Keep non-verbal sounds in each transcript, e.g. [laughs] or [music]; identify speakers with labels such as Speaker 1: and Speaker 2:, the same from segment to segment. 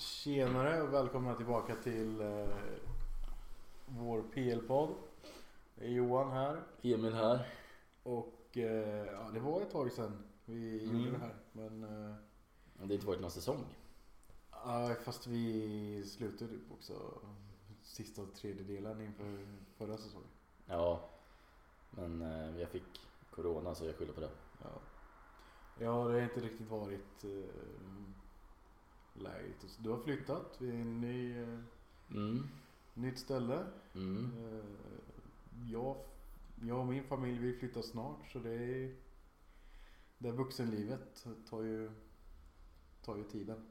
Speaker 1: Tjenare och välkomna tillbaka till eh, vår PL-podd. Det är Johan här
Speaker 2: Emil här.
Speaker 1: och eh, ja, det var ett tag sedan vi
Speaker 2: Mm.
Speaker 1: gjorde det här. Men eh,
Speaker 2: Det har inte varit någon säsong.
Speaker 1: ja, fast vi slutade upp också sista tredjedelen inför förra säsongen.
Speaker 2: Ja. Men eh, jag fick corona så jag skyller på det.
Speaker 1: Ja, ja det har inte riktigt varit eh, läget. Du har flyttat, vi är i en ny, eh,
Speaker 2: Mm.
Speaker 1: nytt ställe.
Speaker 2: Mm.
Speaker 1: Eh, Jag, jag och min familj vi flyttar snart så det är... Det här vuxenlivet tar ju, tar ju tiden.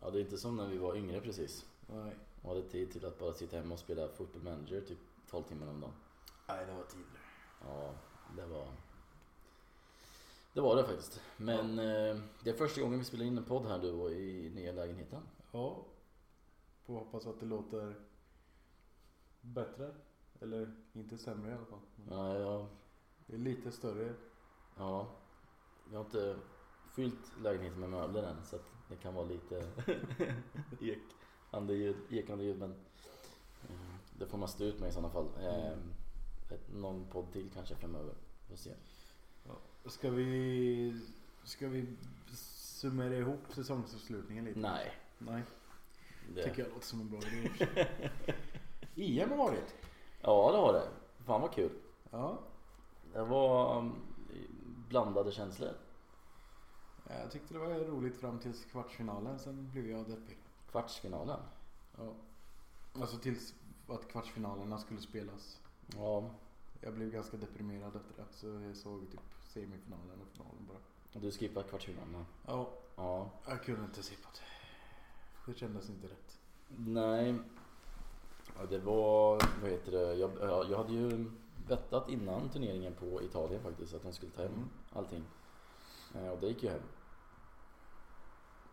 Speaker 2: Ja, det är inte som när vi var yngre precis.
Speaker 1: Nej.
Speaker 2: Och hade tid till att bara sitta hemma och spela football manager typ 12 timmar om dagen.
Speaker 1: Nej, det var tidigare.
Speaker 2: Ja, det var... Det var det faktiskt. Men eh, det är första gången vi spelar in en podd här du och i nya lägenheten.
Speaker 1: Ja. Får hoppas att det låter bättre. Eller inte sämre i alla fall. Men
Speaker 2: Ja, jag,
Speaker 1: Det är lite större.
Speaker 2: ja, jag har inte fyllt lägenheten med möbler än så att det kan vara lite
Speaker 1: [laughs]
Speaker 2: ek, ande ljud, ekande ljud men eh, det får man stå ut med i sådana fall.
Speaker 1: Mm.
Speaker 2: Eh, ett- Någon podd till kanske framöver. Får se.
Speaker 1: Ska vi, ska vi summera ihop säsongsavslutningen lite?
Speaker 2: Nej,
Speaker 1: Nej,
Speaker 2: det,
Speaker 1: tycker jag låter som en bra idé. i och för
Speaker 2: [laughs]
Speaker 1: sig. EM har varit.
Speaker 2: ja det har det. Fan vad kul.
Speaker 1: Ja.
Speaker 2: Det var mm, blandade känslor.
Speaker 1: Ja, Eh, Jag tyckte det var roligt fram till kvartsfinalen, sen blev jag deppig.
Speaker 2: Kvartsfinalen.
Speaker 1: Ja. Alltså tills att kvartsfinalerna skulle spelas.
Speaker 2: Ja,
Speaker 1: Jag blev ganska deprimerad efter det, så jag såg typ semifinalen och finalen bara.
Speaker 2: du skippade kvartsfinalen.
Speaker 1: Ja,
Speaker 2: Ja,
Speaker 1: jag kunde inte se på det. Det kändes inte rätt.
Speaker 2: Nej. Ja, det var, vad heter det, jag, ja, jag hade ju bettat innan turneringen på Italien faktiskt att de skulle ta hem
Speaker 1: Mm.
Speaker 2: allting. Eh, och det gick ju hem.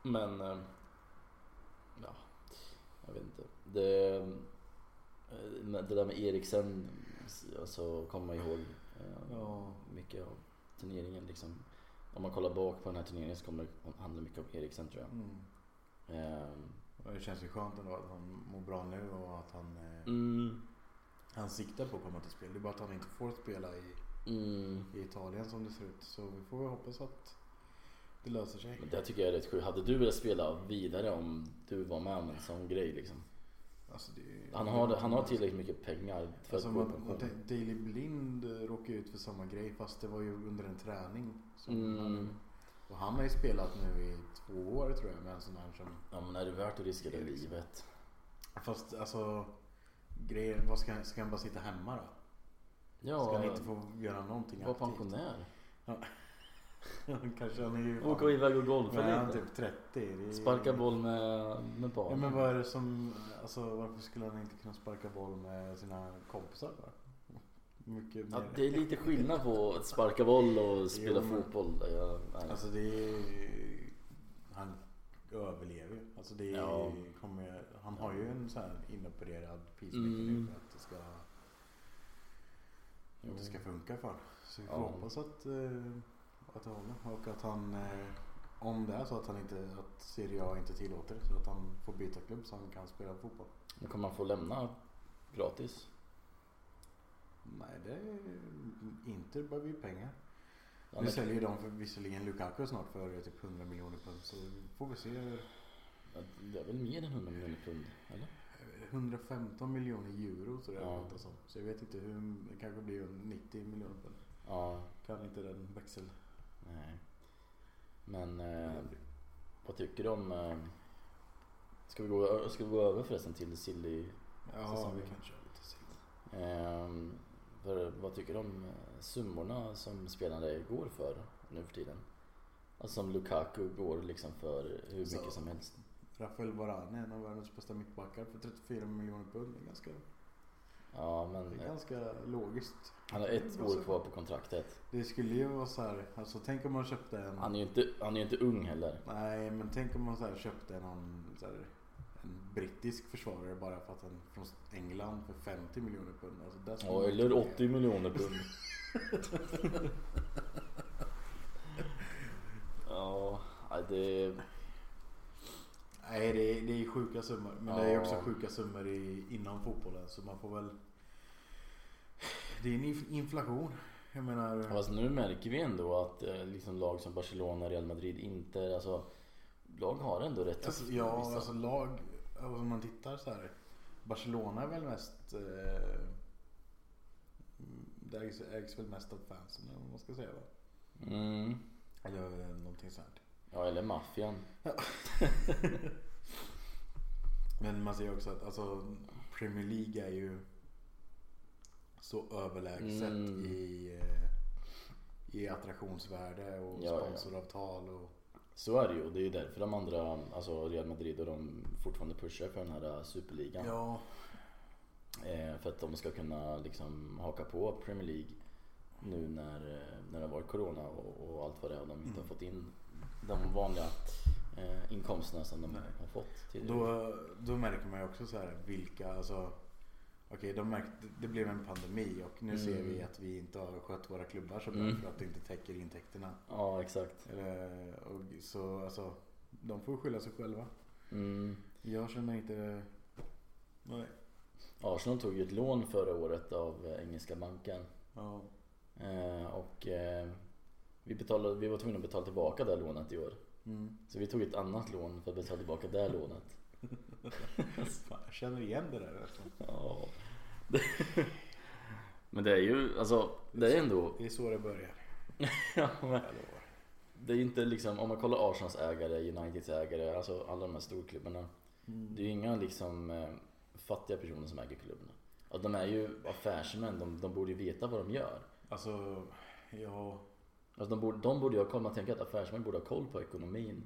Speaker 2: Men, eh, ja, jag vet inte. Det, eh, men det där med Eriksen, alltså kommer man ihåg eh,
Speaker 1: Ja.
Speaker 2: mycket av turneringen liksom. Om man kollar bak på den här turneringen så kommer det handla mycket om Eriksen tror jag.
Speaker 1: Mm.
Speaker 2: Eh,
Speaker 1: Och det känns ju skönt ändå att han mår bra nu och att han, eh,
Speaker 2: mm,
Speaker 1: han siktar på att komma till spel. Det är bara att han inte får spela i,
Speaker 2: mm.
Speaker 1: i Italien som det ser ut. Så vi får väl hoppas att det löser sig.
Speaker 2: Men det tycker jag är rätt sjukt. Hade du velat spela vidare om du var med om en sån grej liksom?
Speaker 1: Alltså, det-
Speaker 2: Han har, han har tillräckligt mycket pengar för
Speaker 1: Alltså
Speaker 2: att gå i
Speaker 1: man,
Speaker 2: pension.
Speaker 1: man, tänk- Daily Blind eh, råkade ut för samma grej fast det var ju under en träning. som
Speaker 2: Mm.
Speaker 1: han, och han har ju spelat nu i två år tror jag med en sån här som...
Speaker 2: Ja men är det värt att riskera det livet?
Speaker 1: Fast alltså grejer, vad ska, ska han bara sitta hemma då? Ska han
Speaker 2: Ja,
Speaker 1: inte få göra någonting
Speaker 2: var pensionär.
Speaker 1: [laughs] Kanske han är ju... fan-
Speaker 2: Åka iväg och
Speaker 1: men
Speaker 2: golfa
Speaker 1: är han
Speaker 2: lite.
Speaker 1: typ 30? Det är...
Speaker 2: Sparka boll med, med barn.
Speaker 1: Ja, men vad är det som... Alltså varför skulle han inte kunna sparka boll med sina kompisar då? Mycket
Speaker 2: Ja,
Speaker 1: mer.
Speaker 2: det är lite skillnad på att sparka boll och spela
Speaker 1: men-
Speaker 2: fotboll. Ja, nej.
Speaker 1: Alltså det är... Han överlever ju. Alltså det är...
Speaker 2: Ja.
Speaker 1: kommer ju- Han har ju en sån här inopererad pacemaker
Speaker 2: Mm.
Speaker 1: nu för att det ska...
Speaker 2: Jo.
Speaker 1: Det ska funka för honom. Så vi får
Speaker 2: Ja.
Speaker 1: hoppas att, eh, att det håller. Och att han... eh, Om det är så att han inte... Att Serie A inte tillåter det, så att han får byta klubb så han kan spela fotboll.
Speaker 2: Men kommer man få lämna gratis?
Speaker 1: Nej, det... Är, inte behöver ju pengar.
Speaker 2: Ja,
Speaker 1: nu
Speaker 2: men-
Speaker 1: säljer ju de för, visserligen Lukaku snart för typ 100 miljoner pund. Så får vi se
Speaker 2: ja, det är väl mer än 100 miljoner pund? Eller?
Speaker 1: 115 miljoner euro så det
Speaker 2: Ja.
Speaker 1: ja. som. Så jag vet inte hur, det kanske blir 90 miljoner pund.
Speaker 2: Ja,
Speaker 1: Kan inte den växel...
Speaker 2: nej. Men... Eh, Vad tycker du om... eh, Ska vi gå, ska vi gå över förresten till Silly?
Speaker 1: Ja,
Speaker 2: säsongen.
Speaker 1: vi kan köra lite sill.
Speaker 2: Ehm, för, vad tycker du om eh, summorna som spelare går för nu för tiden? Alltså som Lukaku går liksom för hur
Speaker 1: Så.
Speaker 2: mycket som helst.
Speaker 1: Rafael Varane, en av världens bästa mittbackar för 34 miljoner pund. Det är ganska,
Speaker 2: Ja
Speaker 1: det
Speaker 2: men
Speaker 1: är
Speaker 2: eh,
Speaker 1: ganska logiskt.
Speaker 2: han har ett
Speaker 1: det är bra
Speaker 2: år kvar på kontraktet.
Speaker 1: Det skulle ju vara så här, alltså tänk om man köpte en...
Speaker 2: Han är ju inte, han är ju inte ung heller.
Speaker 1: Nej, men tänk om man så här köpte någon så här, en brittisk försvarare bara för att han från England för 50 miljoner pund. Alltså, där skulle
Speaker 2: Ja,
Speaker 1: man
Speaker 2: eller
Speaker 1: inte-
Speaker 2: 80
Speaker 1: [laughs]
Speaker 2: miljoner pund. ja, nej, det...
Speaker 1: Nej, det är, det är sjuka summor. Men det är
Speaker 2: Ja.
Speaker 1: också sjuka summor i, innan fotbollen. Så man får väl... Det är en inf- inflation. Jag menar...
Speaker 2: Fast alltså, nu märker vi ändå att eh, liksom lag som Barcelona, Real Madrid, Inter, alltså lag har ändå rätt
Speaker 1: Alltså,
Speaker 2: tufft liksom.
Speaker 1: ja,
Speaker 2: vissa.
Speaker 1: alltså lag. alltså, Om man tittar så här. Barcelona är väl mest. Eh, det ägs, ägs väl mest av fansen eller vad man ska säga va?
Speaker 2: Mm.
Speaker 1: Eller eh, någonting sånt. här.
Speaker 2: Ja, eller maffian.
Speaker 1: Men man ser ju också att alltså, Premier League är ju så överlägset
Speaker 2: Mm.
Speaker 1: i, eh, i attraktionsvärde och
Speaker 2: Ja, ja, ja.
Speaker 1: sponsoravtal. Och,
Speaker 2: Så är det ju och det är ju därför de andra, alltså Real Madrid och de fortfarande pushar för den här eh,
Speaker 1: ja.
Speaker 2: superligan.
Speaker 1: ja,
Speaker 2: Eh, för att de ska kunna liksom haka på Premier League nu när, eh, när det har varit Corona och, och allt vad det är och de inte har
Speaker 1: Mm.
Speaker 2: fått in de vanliga eh, inkomsterna som de
Speaker 1: Nej.
Speaker 2: har fått tidigare.
Speaker 1: Då, då märker man ju också så här vilka, alltså Okej, de märkte, det blev en pandemi och nu
Speaker 2: Mm.
Speaker 1: ser vi att vi inte har skött våra klubbar så bra
Speaker 2: Mm.
Speaker 1: för att det inte täcker intäkterna.
Speaker 2: Ja, exakt.
Speaker 1: Eller, och, så alltså, de får skylla sig själva.
Speaker 2: Mm.
Speaker 1: Jag känner inte... Nej.
Speaker 2: Arsenal tog ju ett lån förra året av eh, engelska banken.
Speaker 1: Ja.
Speaker 2: Eh, och eh, vi, betalade, vi var tvungna att betala tillbaka det här lånet i år.
Speaker 1: Mm.
Speaker 2: Så vi tog ett annat lån för att betala tillbaka det här lånet.
Speaker 1: Fan, jag känner igen det där. Alltså.
Speaker 2: Ja. Men det är ju, alltså det är ändå [laughs]
Speaker 1: Det är så det börjar.
Speaker 2: Ja,
Speaker 1: jag
Speaker 2: men
Speaker 1: lovar.
Speaker 2: det är ju inte liksom, om man kollar Arsenals ägare, Uniteds ägare, alltså alla de här storklubbarna. Det är ju inga liksom eh, fattiga personer som äger klubbarna. Ja, de är ju affärsmän, de, de borde ju veta vad de gör.
Speaker 1: Alltså, ja.
Speaker 2: Alltså de borde, de borde ju ha koll, man tänker att affärsmän borde ha koll på ekonomin.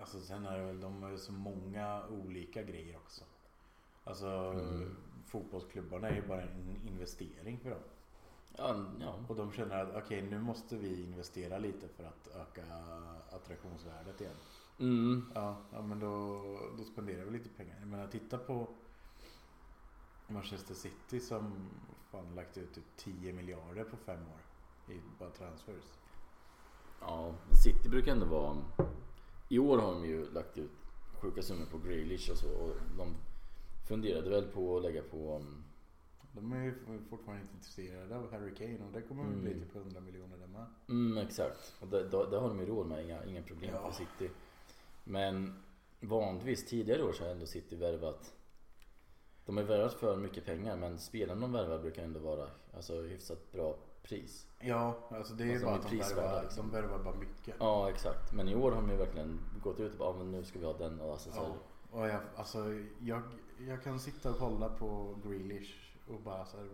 Speaker 1: Alltså sen är det väl, de har ju så många olika grejer också. Alltså
Speaker 2: Mm.
Speaker 1: fotbollsklubbarna är ju bara en investering för dem.
Speaker 2: Ja, ja.
Speaker 1: Och de känner att okej nu måste vi investera lite för att öka attraktionsvärdet igen.
Speaker 2: Mm.
Speaker 1: Ja, ja men då, då spenderar vi lite pengar. Jag menar titta på Manchester City som fan lagt ut typ 10 miljarder på fem år i bara transfers.
Speaker 2: ja, City brukar ändå vara... I år har de ju lagt ut sjuka summor på Grealish och så och de funderade väl på att lägga på... mm,
Speaker 1: De är ju fortfarande inte intresserade av Harry Kane och det kommer väl bli
Speaker 2: Mm.
Speaker 1: typ 100 miljoner där med.
Speaker 2: Mm, exakt. Och det, det, det har de ju råd med, inga, inga problem
Speaker 1: Ja.
Speaker 2: för City. Men vanligtvis tidigare år så har ändå City värvat... De har värvat för mycket pengar men spelarna de värvar brukar ändå vara alltså, hyfsat bra pris.
Speaker 1: Ja, alltså det är ju
Speaker 2: Alltså,
Speaker 1: bara
Speaker 2: de är
Speaker 1: att de
Speaker 2: prisvärda,
Speaker 1: värvar,
Speaker 2: liksom.
Speaker 1: de värvar bara mycket.
Speaker 2: Ja, exakt. Men i år har de ju verkligen gått ut och bara, "Ja, men nu ska vi ha den och alltså, så här,
Speaker 1: Ja. Och jag, alltså, jag, jag kan sitta och kolla på Grealish och bara så här,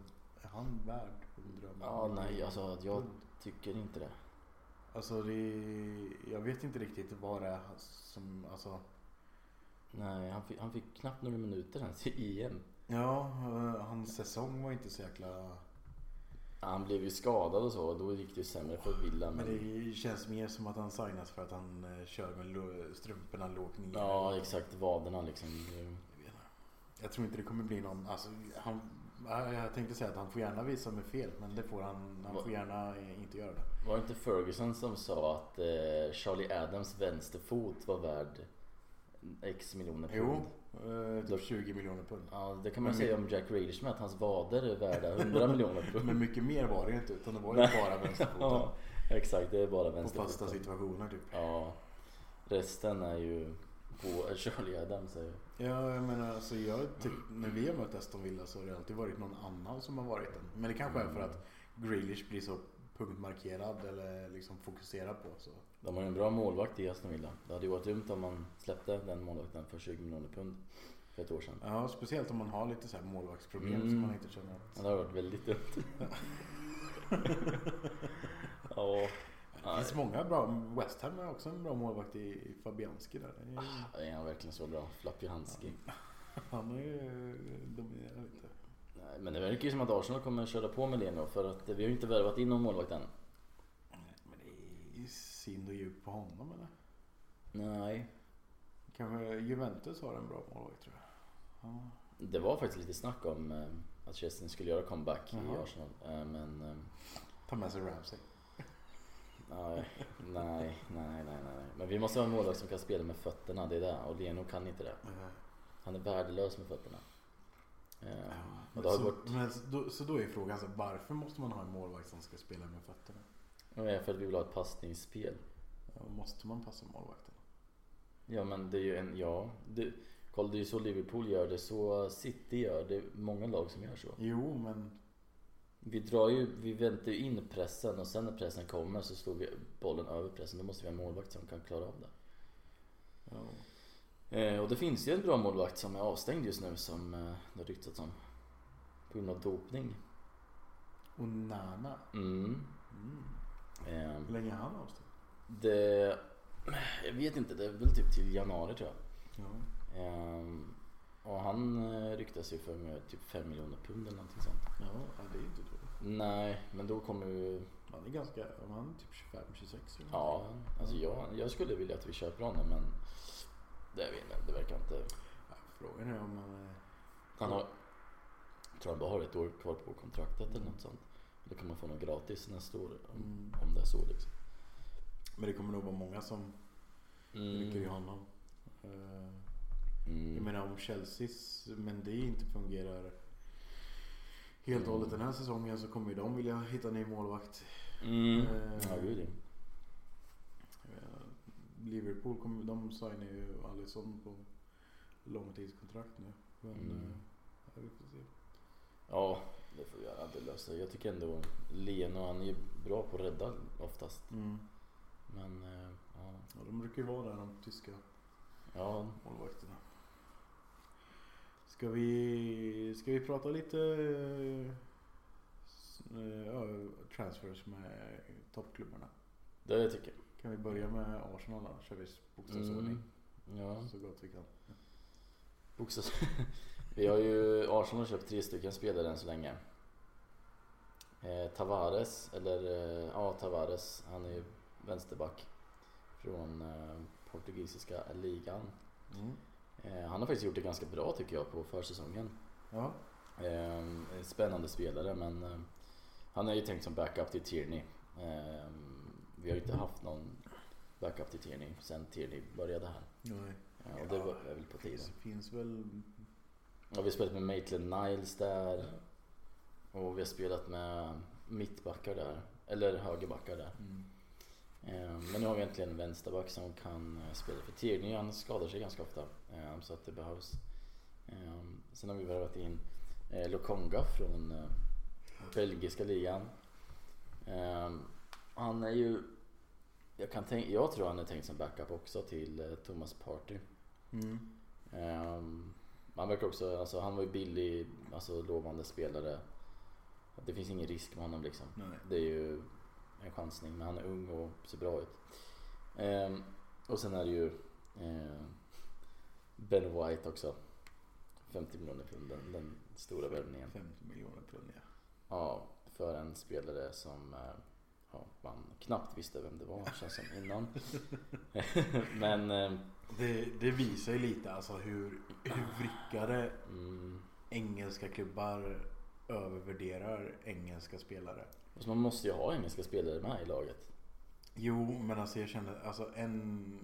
Speaker 1: är han värd 100
Speaker 2: Ja,
Speaker 1: miljoner?
Speaker 2: nej, alltså jag tycker inte det.
Speaker 1: Alltså det är, jag vet inte riktigt vad det är som, alltså.
Speaker 2: Nej, han fick, han fick knappt några minuter ens i E EM.
Speaker 1: Ja, eh, hans säsong var inte så jäkla.
Speaker 2: Ja, Han blev ju skadad och så, och då gick det ju sämre för Villa.
Speaker 1: Men
Speaker 2: Men...
Speaker 1: det känns mer som att han signas för att han eh, kör med lo- strumporna lågt ner.
Speaker 2: Ja, exakt. Vaderna liksom.
Speaker 1: Jag vet inte. Jag tror inte det kommer bli någon, alltså han, jag jag tänkte säga att han får gärna visa mig fel men det får han, han
Speaker 2: Va-
Speaker 1: får gärna eh, inte göra det.
Speaker 2: Var det inte Ferguson som sa att eh, Charlie Adams vänsterfot var värd X miljoner
Speaker 1: Jo,
Speaker 2: pund?
Speaker 1: eh, typ 20 miljoner pund.
Speaker 2: Ja, det kan man
Speaker 1: Men
Speaker 2: säga om Jack Grealish med, att hans vader är värda
Speaker 1: [laughs]
Speaker 2: 100 miljoner pund.
Speaker 1: Men mycket mer var det ju inte utan det var ju bara
Speaker 2: Ja,
Speaker 1: vänsterfoten.
Speaker 2: exakt. Det är bara
Speaker 1: På fasta
Speaker 2: vänsterfoten.
Speaker 1: situationer typ.
Speaker 2: Ja, resten är ju på [laughs] Charlie Adams. Är ju.
Speaker 1: Ja, jag menar alltså jag typ, när vi har mött Aston Villa så har det alltid varit någon annan som har varit den. Men det kanske är för att Grealish blir så punktmarkerad eller liksom fokuserad på så.
Speaker 2: De har ju en bra målvakt i Aston Villa. Det hade ju varit dumt om man släppte den målvakten för 20 miljoner pund för ett år sedan.
Speaker 1: Ja, speciellt om man har lite så här målvaktsproblem
Speaker 2: Mm.
Speaker 1: som man inte känner att...
Speaker 2: Ja, Det hade varit väldigt dumt. ja,
Speaker 1: Det finns många bra. West Ham har också en bra målvakt i Fabianski där. Det är- [laughs]
Speaker 2: är han verkligen så bra? Flappjanski.
Speaker 1: Han är ju dominerar lite.
Speaker 2: Nej, men det verkar ju som att Arsenal kommer köra på med det nu för att vi har ju inte värvat in någon målvakt än.
Speaker 1: Men det är synd och djup på honom eller?
Speaker 2: Nej.
Speaker 1: Kanske Juventus har en bra målvakt tror jag. Ja.
Speaker 2: Det var faktiskt lite snack om eh, att Chesney skulle göra comeback i
Speaker 1: Jaha.
Speaker 2: Arsenal. Eh, Men eh,
Speaker 1: Ta med sig Ramsey.
Speaker 2: Nej, nej, nej, nej, nej. Men vi måste ha en målvakt som kan spela med fötterna, det är det. Och Leno kan inte det. Han är värdelös med fötterna. Eh, och det har
Speaker 1: så,
Speaker 2: gått...
Speaker 1: men, så då- så då är frågan så här, varför måste man ha en målvakt som ska spela med fötterna?
Speaker 2: eh, För att vi vill ha ett passningsspel.
Speaker 1: Ja, Måste man passa målvakten?
Speaker 2: Ja men det är ju en, ja. Det, kolla det är ju så Liverpool gör, det är så City gör, det är många lag som gör så.
Speaker 1: Jo, men
Speaker 2: Vi drar ju, vi väntar ju in pressen och sen när pressen kommer så slår vi bollen över pressen. Då måste vi ha en målvakt som kan klara av det.
Speaker 1: ja,
Speaker 2: Eh, och det finns ju en bra målvakt som är avstängd just nu som eh, det har ryktats om. På grund av dopning.
Speaker 1: Onana.
Speaker 2: Mm.
Speaker 1: Mm.
Speaker 2: Eh,
Speaker 1: Hur länge är han avstängd?
Speaker 2: det, jag vet inte, det är väl typ till januari tror jag.
Speaker 1: Ja.
Speaker 2: Ehm, och han eh, ryktas ju för med typ 5 miljoner pund eller någonting sånt.
Speaker 1: Ja, ja, det är inte dåligt.
Speaker 2: Nej, men då kommer ju...
Speaker 1: Han är ganska, om han är typ 25-26 eller
Speaker 2: Ja,
Speaker 1: någonting.
Speaker 2: alltså jag, jag skulle vilja att vi köper honom men... Det vet jag, det verkar inte...
Speaker 1: Ja, Frågan är om han är...
Speaker 2: Han har... Jag tror han bara har ett år kvar på kontraktet eller något sånt. Då kan man få något gratis nästa år om,
Speaker 1: Mm.
Speaker 2: om det är så liksom.
Speaker 1: Men det kommer nog vara många som rycker i honom. Eh, Jag
Speaker 2: Mm.
Speaker 1: menar om Chelseas Mendy inte fungerar helt och hållet den här säsongen så kommer ju de vilja hitta en ny målvakt.
Speaker 2: Mm.
Speaker 1: Eh,
Speaker 2: Ja, gud ja.
Speaker 1: Jag menar, Eh, Liverpool kommer, de signar ju Alisson på långtidskontrakt nu. Men
Speaker 2: Mm.
Speaker 1: eh, ja, vi får se.
Speaker 2: Ja, det får vi göra. Det löser Jag tycker ändå Leno, han är ju bra på att rädda oftast. Men, eh, ja.
Speaker 1: Mm. Ja, de brukar ju vara där de tyska
Speaker 2: ja.
Speaker 1: målvakterna. Ska vi, ska vi prata lite eh, s- eh, ja, transfers med toppklubbarna?
Speaker 2: Det tycker
Speaker 1: Kan vi börja med Arsenal då? Kör vi
Speaker 2: jag. Mm.
Speaker 1: bokstavsordning
Speaker 2: Ja.
Speaker 1: så gott vi kan.
Speaker 2: Bokstavs... [laughs] Vi har ju Arsenal har köpt tre stycken spelare än så länge. Eh, Tavares, eller eh, ja Tavares, han är ju vänsterback från eh, portugisiska ligan. Eh, han har faktiskt gjort det ganska bra tycker jag på försäsongen.
Speaker 1: Ja.
Speaker 2: Eh, en spännande spelare men eh, han är ju tänkt som backup till Tierney. Eh, vi har ju inte haft någon backup till Tierney sen Tierney började här.
Speaker 1: Nej.
Speaker 2: Ja, och det var är väl på tiden.
Speaker 1: Finns, finns väl...
Speaker 2: Ja, vi har spelat med Maitland Niles där. Och vi har spelat med mittbackar där. Eller högerbackar där.
Speaker 1: Mm.
Speaker 2: Eh, Men nu har vi egentligen en vänsterback som kan eh, spela för Tierney. Han skadar sig ganska ofta. eh, Så att det behövs. Eh, Sen har vi värvat in eh, Lokonga från eh, belgiska ligan. Eh, Han är ju... Jag, kan tänka, jag tror han är tänkt som backup också till eh, Thomas Partey.
Speaker 1: Mm.
Speaker 2: Ehm, han verkar också, alltså han var ju billig, alltså lovande spelare. Det finns ingen risk med honom liksom.
Speaker 1: Nej.
Speaker 2: Det är ju en chansning, men han är ung och ser bra ut. Ehm, och sen är det ju eh, Ben White också. 50 miljoner pund, den, den stora värvningen.
Speaker 1: 50 miljoner pund ja.
Speaker 2: Ja, för en spelare som eh, ja, man knappt visste vem det var känns som innan. [laughs] men, eh,
Speaker 1: Det, det visar ju lite alltså hur, hur vrickade
Speaker 2: mm,
Speaker 1: engelska klubbar övervärderar engelska spelare.
Speaker 2: alltså man måste ju ha engelska spelare med i laget.
Speaker 1: Jo, men alltså jag känner alltså en,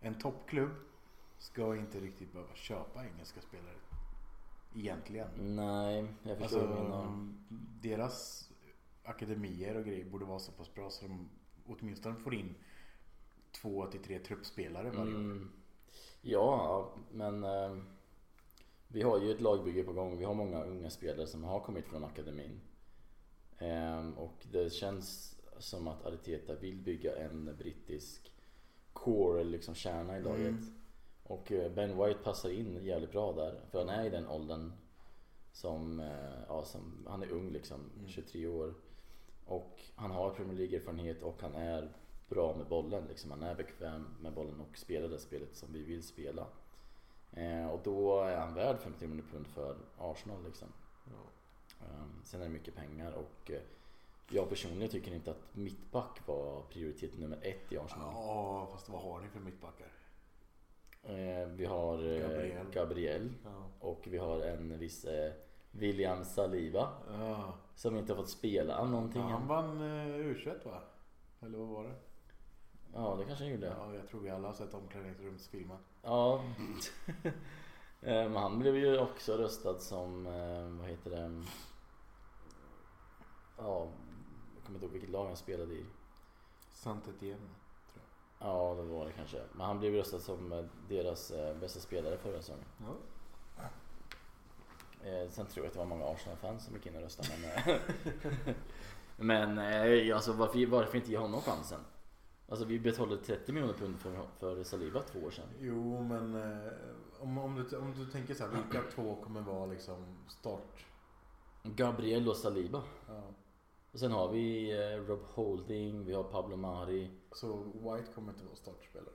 Speaker 1: en toppklubb ska inte riktigt behöva köpa engelska spelare. Egentligen.
Speaker 2: Nej, Mm, jag förstår
Speaker 1: Alltså,
Speaker 2: vad du menar.
Speaker 1: deras akademier och grejer borde vara så pass bra så de åtminstone får in två till tre truppspelare varje år.
Speaker 2: Mm. Ja, men eh, vi har ju ett lagbygge på gång. Vi har många unga spelare som har kommit från akademin. Eh, och det känns som att Arteta vill bygga en brittisk core, eller liksom kärna i laget.
Speaker 1: Mm.
Speaker 2: Och eh, Ben White passar in jävligt bra där. För han är i den åldern som, eh, ja, som han är ung liksom,
Speaker 1: Mm.
Speaker 2: 23 år. Och han har Premier League-erfarenhet och han är bra med bollen. Liksom. Han är bekväm med bollen och spelar det spelet som vi vill spela. Eh, och då är han värd 50 miljoner pund för Arsenal. Liksom. Eh, sen är det mycket pengar och eh, jag personligen tycker inte att mittback var prioritet nummer ett i Arsenal.
Speaker 1: Ja, fast vad har ni för mittbackar?
Speaker 2: Eh, vi har eh,
Speaker 1: Gabriel.
Speaker 2: Gabriel
Speaker 1: Ja.
Speaker 2: och vi har en viss eh, William Saliba som inte har fått spela
Speaker 1: Ja,
Speaker 2: någonting
Speaker 1: han
Speaker 2: än.
Speaker 1: vann eh, U21 va? Eller vad var det?
Speaker 2: Ja, det kanske han gjorde.
Speaker 1: Ja, jag tror vi alla har sett omklädningsrumsfilmen.
Speaker 2: Ja. [laughs] Eh, Men han blev ju också röstad som, eh, vad heter det? Ja, jag kommer inte ihåg vilket lag han spelade i.
Speaker 1: Sant Etienne.
Speaker 2: Ja, det var det kanske. Men han blev röstad som eh, deras eh, bästa spelare förra säsongen.
Speaker 1: Ja.
Speaker 2: Eh, sen tror jag att det var många Arsenal-fans som gick in och röstade. Men, eh, [laughs] men eh, alltså, varför, varför inte ge honom chansen? Alltså vi betalade 30 miljoner pund för, för Saliba två år sedan.
Speaker 1: Jo, men eh, om, om, du, om du tänker så här, vilka två kommer vara liksom start?
Speaker 2: Gabriel och Saliba.
Speaker 1: Ja.
Speaker 2: Och sen har vi eh, Rob Holding, vi har Pablo Mari.
Speaker 1: Så White kommer inte vara startspelare.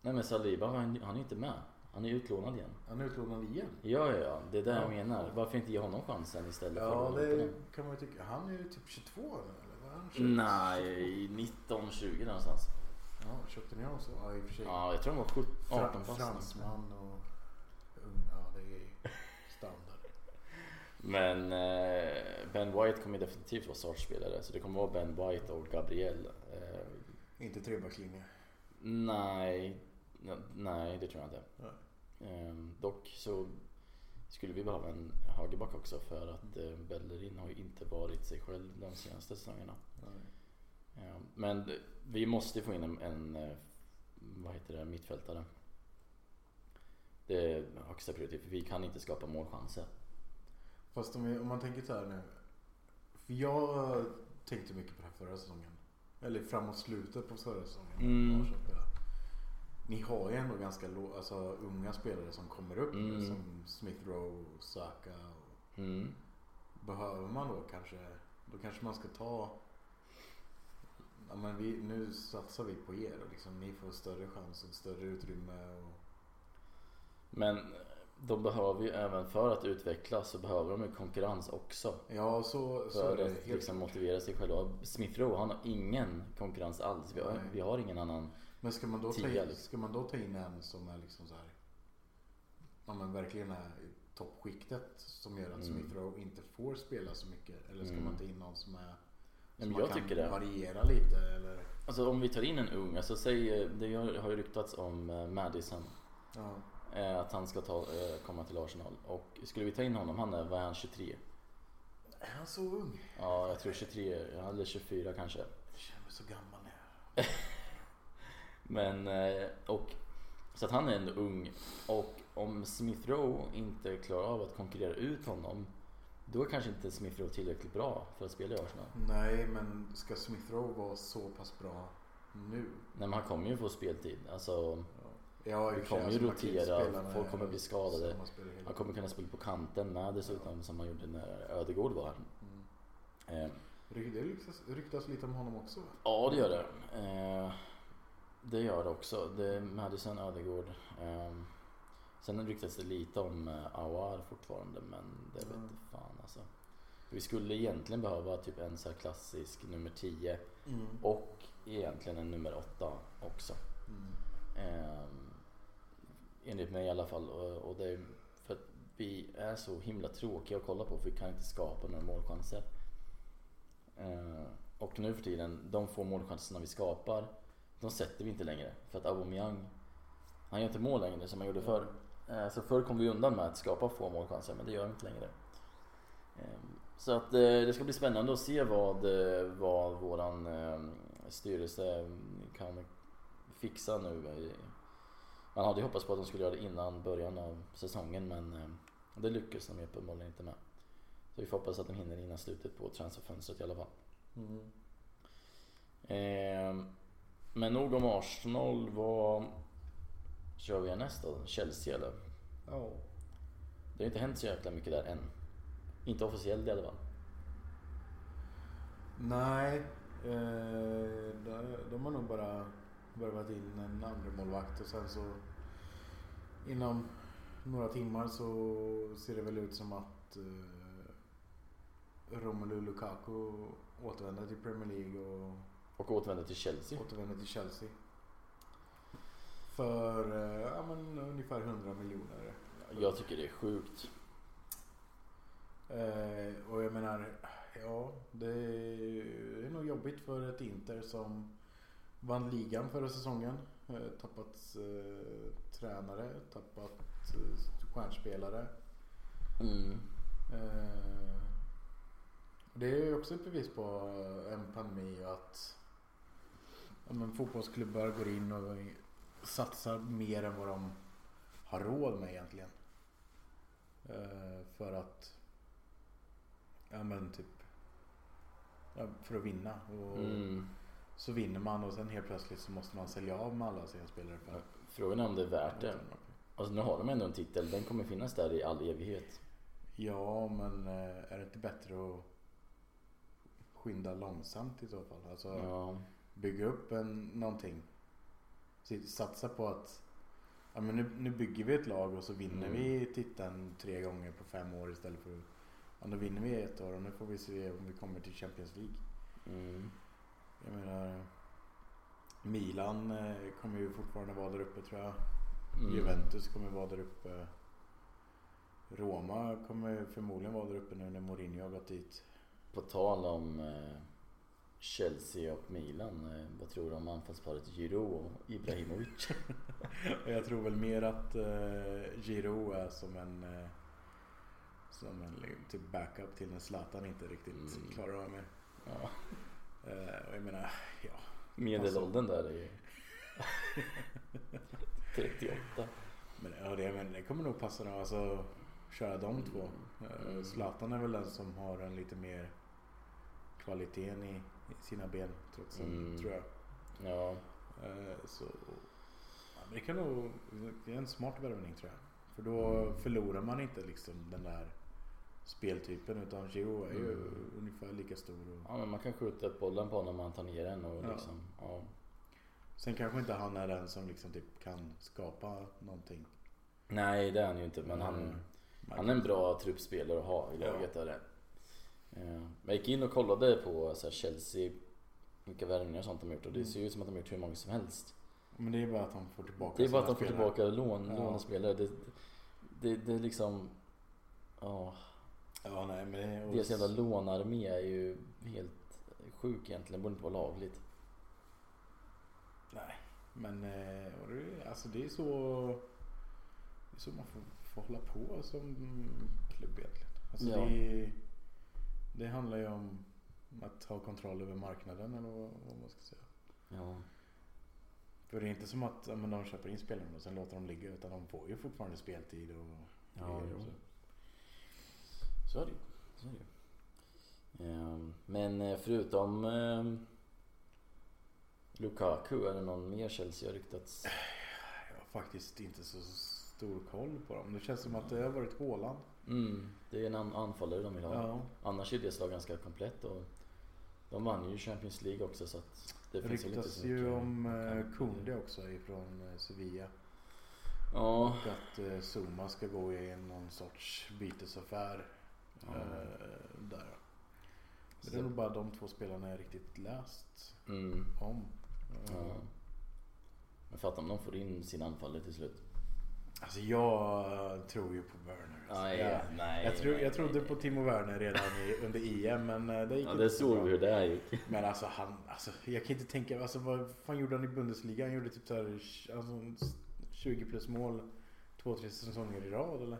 Speaker 2: Nej men Saliba, han, han är inte med. Han är utlånad igen.
Speaker 1: Han är utlånad igen.
Speaker 2: Ja, ja, ja. Det är det jag
Speaker 1: Ja.
Speaker 2: menar. Varför inte ge honom chansen istället för
Speaker 1: Ja,
Speaker 2: att låta
Speaker 1: det
Speaker 2: den?
Speaker 1: kan man ju tycka. Han är ju typ 22 nu, eller? Vad är han? 20?
Speaker 2: Nej, 19-20 någonstans.
Speaker 1: Ja, köpte ni honom så? Ja, i och för sig.
Speaker 2: Ja, jag tror han var 17, 18
Speaker 1: Fra-
Speaker 2: fast.
Speaker 1: Fransman och ung. Ja, det är standard.
Speaker 2: Men eh, Ben White kommer definitivt vara startspelare. Så det kommer vara Ben White och Gabriel. Eh,
Speaker 1: Inte trebackslinje.
Speaker 2: nej, n- nej det tror jag inte.
Speaker 1: Nej.
Speaker 2: Eh, dock så skulle vi behöva en högerback också för att eh, Bellerin har ju inte varit sig själv de senaste säsongerna. Eh, men det- vi måste få in en, en eh, vad heter det, mittfältare. Det är högsta prioritet för vi kan inte skapa målchanser.
Speaker 1: Fast om, vi, om man tänker så här nu. För jag tänkte mycket på det här förra säsongen. Eller framåt slutet på förra säsongen.
Speaker 2: Mm.
Speaker 1: när Arsenal spelade. Ni har ju ändå ganska lo, alltså, unga spelare som kommer upp. nu,
Speaker 2: Mm.
Speaker 1: Som Smith Rowe, Saka. Och
Speaker 2: Mm.
Speaker 1: behöver man då kanske. Då kanske man ska ta. Ja, men vi, nu satsar vi på er. Och liksom, ni får större chans och större utrymme. Och,
Speaker 2: Men de behöver ju även för att utvecklas så behöver de ju konkurrens också.
Speaker 1: ja, så, så
Speaker 2: För
Speaker 1: är det.
Speaker 2: att
Speaker 1: Helt,
Speaker 2: liksom motivera sig själva. Smith Rowe, han har ingen konkurrens alls. Vi har,
Speaker 1: Nej.
Speaker 2: vi har ingen annan.
Speaker 1: Men ska man, då ta
Speaker 2: Tidigare.
Speaker 1: in, ska man då ta in en som är liksom så här, ja men verkligen är i toppskiktet som gör att
Speaker 2: Mm.
Speaker 1: Smith Rowe inte får spela så mycket? Eller ska
Speaker 2: Mm.
Speaker 1: man ta in någon som är
Speaker 2: men
Speaker 1: som man
Speaker 2: jag
Speaker 1: kan
Speaker 2: tycker det.
Speaker 1: variera lite? Eller,
Speaker 2: Alltså om vi tar in en ung, alltså säg, eh, det har har ju ryktats om eh, Madison.
Speaker 1: ja,
Speaker 2: eh, Att han ska ta, eh, komma till Arsenal. Och skulle vi ta in honom, han är, vad är han, 23?
Speaker 1: är han så ung?
Speaker 2: Ja, jag tror 23, eller 24 kanske.
Speaker 1: Jag känner mig så gammal nu.
Speaker 2: Men, eh, och så att han är ändå ung och om Smith Rowe inte klarar av att konkurrera ut honom då är kanske inte Smith Rowe tillräckligt bra för att spela i Arsenal.
Speaker 1: Nej, men ska Smith Rowe vara så pass bra nu?
Speaker 2: Nej men han kommer ju få speltid. Alltså,
Speaker 1: Ja, i
Speaker 2: Vi
Speaker 1: och för sig,
Speaker 2: kommer ju
Speaker 1: man kan inte
Speaker 2: rotera,
Speaker 1: spela med
Speaker 2: folk kommer bli skadade.
Speaker 1: samma spelare hela
Speaker 2: han kommer kunna spela på kanten med dessutom som han gjorde när Ödegård var här.
Speaker 1: tiden. Mm.
Speaker 2: Eh,
Speaker 1: Ry- Det ryktas, ryktas lite om honom också va?
Speaker 2: ja det gör det. Eh, det gör det också. Det är Madison, Ödegård. Eh, sen ryktas det lite om eh, Awar fortfarande men det vet
Speaker 1: Mm.
Speaker 2: inte fan alltså. Vi skulle egentligen behöva typ en så här klassisk nummer 10
Speaker 1: Mm.
Speaker 2: och egentligen en nummer 8 också.
Speaker 1: Mm.
Speaker 2: Eh, enligt mig i alla fall. Och, och det är för att vi är så himla tråkiga att kolla på för vi kan inte skapa några målchanser. Eh, och nu för tiden, de få målchanserna vi skapar, de sätter vi inte längre. För att Aubameyang, han gör inte mål längre som han gjorde förr. Eh, så förr kom vi undan med att skapa få målchanser, men det gör vi inte längre. Eh, så att eh, det ska bli spännande att se vad, eh, vad våran eh, styrelse kan fixa nu. i- Man hade ju hoppats på att de skulle göra det innan början av säsongen men eh, det lyckas de ju uppenbarligen inte med. Så vi får hoppas att de hinner innan slutet på transferfönstret i alla fall.
Speaker 1: Mm.
Speaker 2: Eh, Men nog om Arsenal. Vad kör vi nästa då? Chelsea eller?
Speaker 1: Ja.
Speaker 2: Det har inte hänt så jäkla mycket där än. Inte officiellt i alla fall.
Speaker 1: Nej, eh, där- de har nog bara värvat in en andra målvakt och sen så inom några timmar så ser det väl ut som att eh, Romelu Lukaku återvänder till Premier League och
Speaker 2: Och återvänder till Chelsea.
Speaker 1: återvänder till Chelsea. För eh, ja, men, ungefär 100 miljoner.
Speaker 2: Jag tycker det är sjukt.
Speaker 1: Eh, och jag menar, Ja, det är nog jobbigt för ett Inter som vann ligan förra säsongen. Eh, Tappat eh, tränare, tappat eh, stjärnspelare.
Speaker 2: Mm.
Speaker 1: Eh, det är ju också ett bevis på eh, en pandemi och att ja, men fotbollsklubbar går in och satsar mer än vad de har råd med egentligen. Eh, för att ja men typ ja, för att vinna. Och
Speaker 2: Mm.
Speaker 1: Så vinner man och sen helt plötsligt så måste man sälja av med alla sina spelare. För
Speaker 2: Ja, Frågan är om det är värt det. Alltså nu har de ändå en titel. Den kommer finnas där i all evighet.
Speaker 1: Ja, men eh, är det inte bättre att skynda långsamt i så fall? Alltså
Speaker 2: Ja.
Speaker 1: bygga upp en, någonting. S- Satsa på att ja, men nu, nu bygger vi ett lag och så vinner
Speaker 2: Mm.
Speaker 1: vi titeln tre gånger på fem år istället för att ja, nu vinner vi ett år och nu får vi se om vi kommer till Champions League.
Speaker 2: Mm.
Speaker 1: Jag menar Milan eh, kommer ju fortfarande vara där uppe tror jag.
Speaker 2: Mm.
Speaker 1: Juventus kommer vara där uppe. Roma kommer förmodligen vara där uppe nu när Mourinho har gått dit.
Speaker 2: På tal om eh, Chelsea och Milan. Eh, vad tror du om anfallsparet Giroud och Ibrahimovic?
Speaker 1: Och jag tror väl mer att eh, Giroud är som en eh, som en liksom, typ backup till när Zlatan inte riktigt
Speaker 2: Mm.
Speaker 1: klarar av med.
Speaker 2: ja.
Speaker 1: Eh, och jag menar,
Speaker 2: Medelåldern där är ju
Speaker 1: [laughs]
Speaker 2: 38.
Speaker 1: men, ja, det, men det kommer nog passa dem. Alltså köra de två. Eh,
Speaker 2: Mm.
Speaker 1: Zlatan är väl den som har en lite mer kvaliteten i, i sina ben trots allt,
Speaker 2: Mm.
Speaker 1: tror jag.
Speaker 2: Ja.
Speaker 1: Eh, Så, ja, men det kan nog, det är en smart värvning tror jag. För då förlorar man inte liksom den där speltypen utan Gio är ju
Speaker 2: Mm.
Speaker 1: ungefär lika stor. Och,
Speaker 2: ja, men man kan skjuta upp bollen på honom och han tar ner den och
Speaker 1: Ja.
Speaker 2: liksom. Ja.
Speaker 1: sen kanske inte han är den som liksom typ kan skapa någonting.
Speaker 2: Nej, det är han ju inte. Men han,
Speaker 1: Mm.
Speaker 2: han är en bra truppspelare att ha i laget. Ja. Det. Eh, Jag gick in och kollade på så här, Chelsea, vilka värvningar och sånt de har gjort. Och det
Speaker 1: Mm.
Speaker 2: ser ju ut som att de har gjort hur många som helst.
Speaker 1: Men det är bara att han får tillbaka
Speaker 2: Det är bara att
Speaker 1: sina
Speaker 2: de får
Speaker 1: spelare.
Speaker 2: tillbaka lån,
Speaker 1: Ja.
Speaker 2: lånespelare. Det, det, det är liksom... Ja,
Speaker 1: Ja, nej, men det, och,
Speaker 2: deras jävla lånarmé är ju helt sjuk egentligen. Borde inte vara lagligt.
Speaker 1: Men eh, och det, alltså det är så, det är så man får, får hålla på som klubb egentligen. Alltså
Speaker 2: Ja.
Speaker 1: det, det handlar ju om att ha kontroll över marknaden eller vad, vad man ska säga.
Speaker 2: Ja.
Speaker 1: För det är inte som att ja, men de köper in spelarna och sen låter dem ligga utan de får ju fortfarande speltid och
Speaker 2: Ja,
Speaker 1: grejer och
Speaker 2: jo.
Speaker 1: så.
Speaker 2: Så är det ju. Så är det ju. Ehm, Men eh, förutom ehm, Lukaku, är det någon mer Chelsea har ryktats?
Speaker 1: Jag har faktiskt inte så stor koll på dem. Det känns som att det har varit Haaland.
Speaker 2: Mm, det är en an- anfallare de vill ha.
Speaker 1: Ja.
Speaker 2: Annars är deras lag ganska komplett och de vann ju Champions League också så att det
Speaker 1: Det
Speaker 2: finns väl inte
Speaker 1: ryktas
Speaker 2: så
Speaker 1: ju
Speaker 2: mycket.
Speaker 1: om eh,
Speaker 2: kan-
Speaker 1: Kunde också ifrån eh, Sevilla.
Speaker 2: Ja,
Speaker 1: Och att eh, Zuma ska gå i någon sorts bytesaffär.
Speaker 2: Ja.
Speaker 1: Eh, där. Men det är
Speaker 2: Så-
Speaker 1: nog bara de två spelarna jag riktigt läst
Speaker 2: mm,
Speaker 1: om. Eh,
Speaker 2: ja. Men fatta om de får in sin anfallare till slut.
Speaker 1: Alltså jag tror ju på Werner. Alltså.
Speaker 2: Nej,
Speaker 1: jag,
Speaker 2: nej,
Speaker 1: jag, tro,
Speaker 2: nej,
Speaker 1: jag trodde
Speaker 2: nej,
Speaker 1: på
Speaker 2: nej.
Speaker 1: Timo Werner redan i, under EM men eh, det gick
Speaker 2: Ja,
Speaker 1: inte
Speaker 2: det
Speaker 1: så
Speaker 2: såg
Speaker 1: bra.
Speaker 2: vi hur det här gick.
Speaker 1: Men alltså han, alltså, jag kan inte tänka, alltså, vad fan gjorde han i Bundesliga? Han gjorde typ så här, alltså, 20 plus mål två, tre säsonger i rad eller?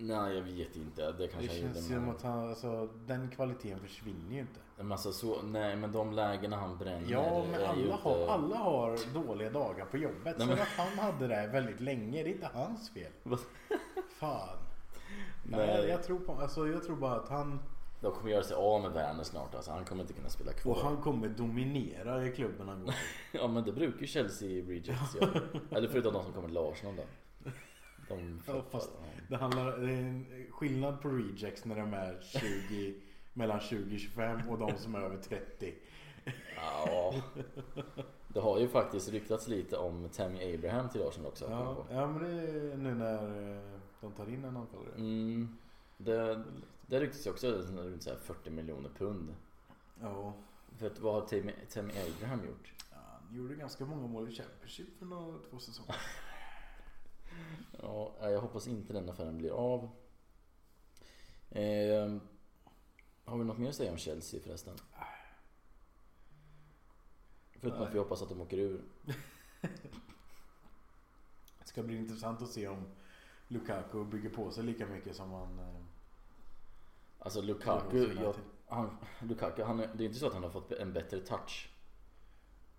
Speaker 2: Nej, jag vet inte. Det kanske
Speaker 1: det känns
Speaker 2: jag gjorde,
Speaker 1: som
Speaker 2: men-
Speaker 1: att han, alltså, den kvaliteten försvinner ju inte.
Speaker 2: Men alltså så, nej men de lägena han bränner
Speaker 1: Ja, men
Speaker 2: är ju
Speaker 1: alla
Speaker 2: inte-
Speaker 1: har, alla har dåliga dagar på jobbet.
Speaker 2: Nej,
Speaker 1: så
Speaker 2: men-
Speaker 1: att han hade det här väldigt länge, det är inte hans fel.
Speaker 2: Vad? [laughs]
Speaker 1: Fan. Nej.
Speaker 2: Nej.
Speaker 1: jag, tror på, alltså, jag tror bara att han,
Speaker 2: De kommer göra sig av med Werner snart alltså, han kommer inte kunna spela kvar.
Speaker 1: och han kommer dominera i klubben han går till.
Speaker 2: Ja men det brukar ju Chelsea
Speaker 1: [laughs]
Speaker 2: Rejects göra. Eller förutom de som kommer till Arsenal då. De
Speaker 1: Ja, fast-
Speaker 2: honom.
Speaker 1: Det, handlar, det är en skillnad på rejects när de är 20, [laughs] mellan 20 och 25 och de som är över 30.
Speaker 2: Ja. Det har ju faktiskt ryktats lite om Tammy Abraham till Arsenal också. kommer jag
Speaker 1: Ja,
Speaker 2: ihåg.
Speaker 1: ja men det är nu när eh, de tar in en anfallare.
Speaker 2: Mm, det, det ryktas ju också runt så här 40 miljoner pund.
Speaker 1: Ja,
Speaker 2: För att, vad har Tammy, Tammy Abraham gjort?
Speaker 1: Ja, han gjorde ganska många mål i Championship för några två säsonger.
Speaker 2: Ja, nej, jag hoppas inte den affären blir av. Eh, Ehm, Har vi något mer att säga om Chelsea förresten? Förutom att vi hoppas att de åker ur.
Speaker 1: Det ska bli intressant att se om Lukaku bygger på sig lika mycket som han... eh,
Speaker 2: Alltså
Speaker 1: gör
Speaker 2: Lukaku,
Speaker 1: hos
Speaker 2: jag,
Speaker 1: United.
Speaker 2: han, Lukaku han, är- det är inte så att han har fått en bättre touch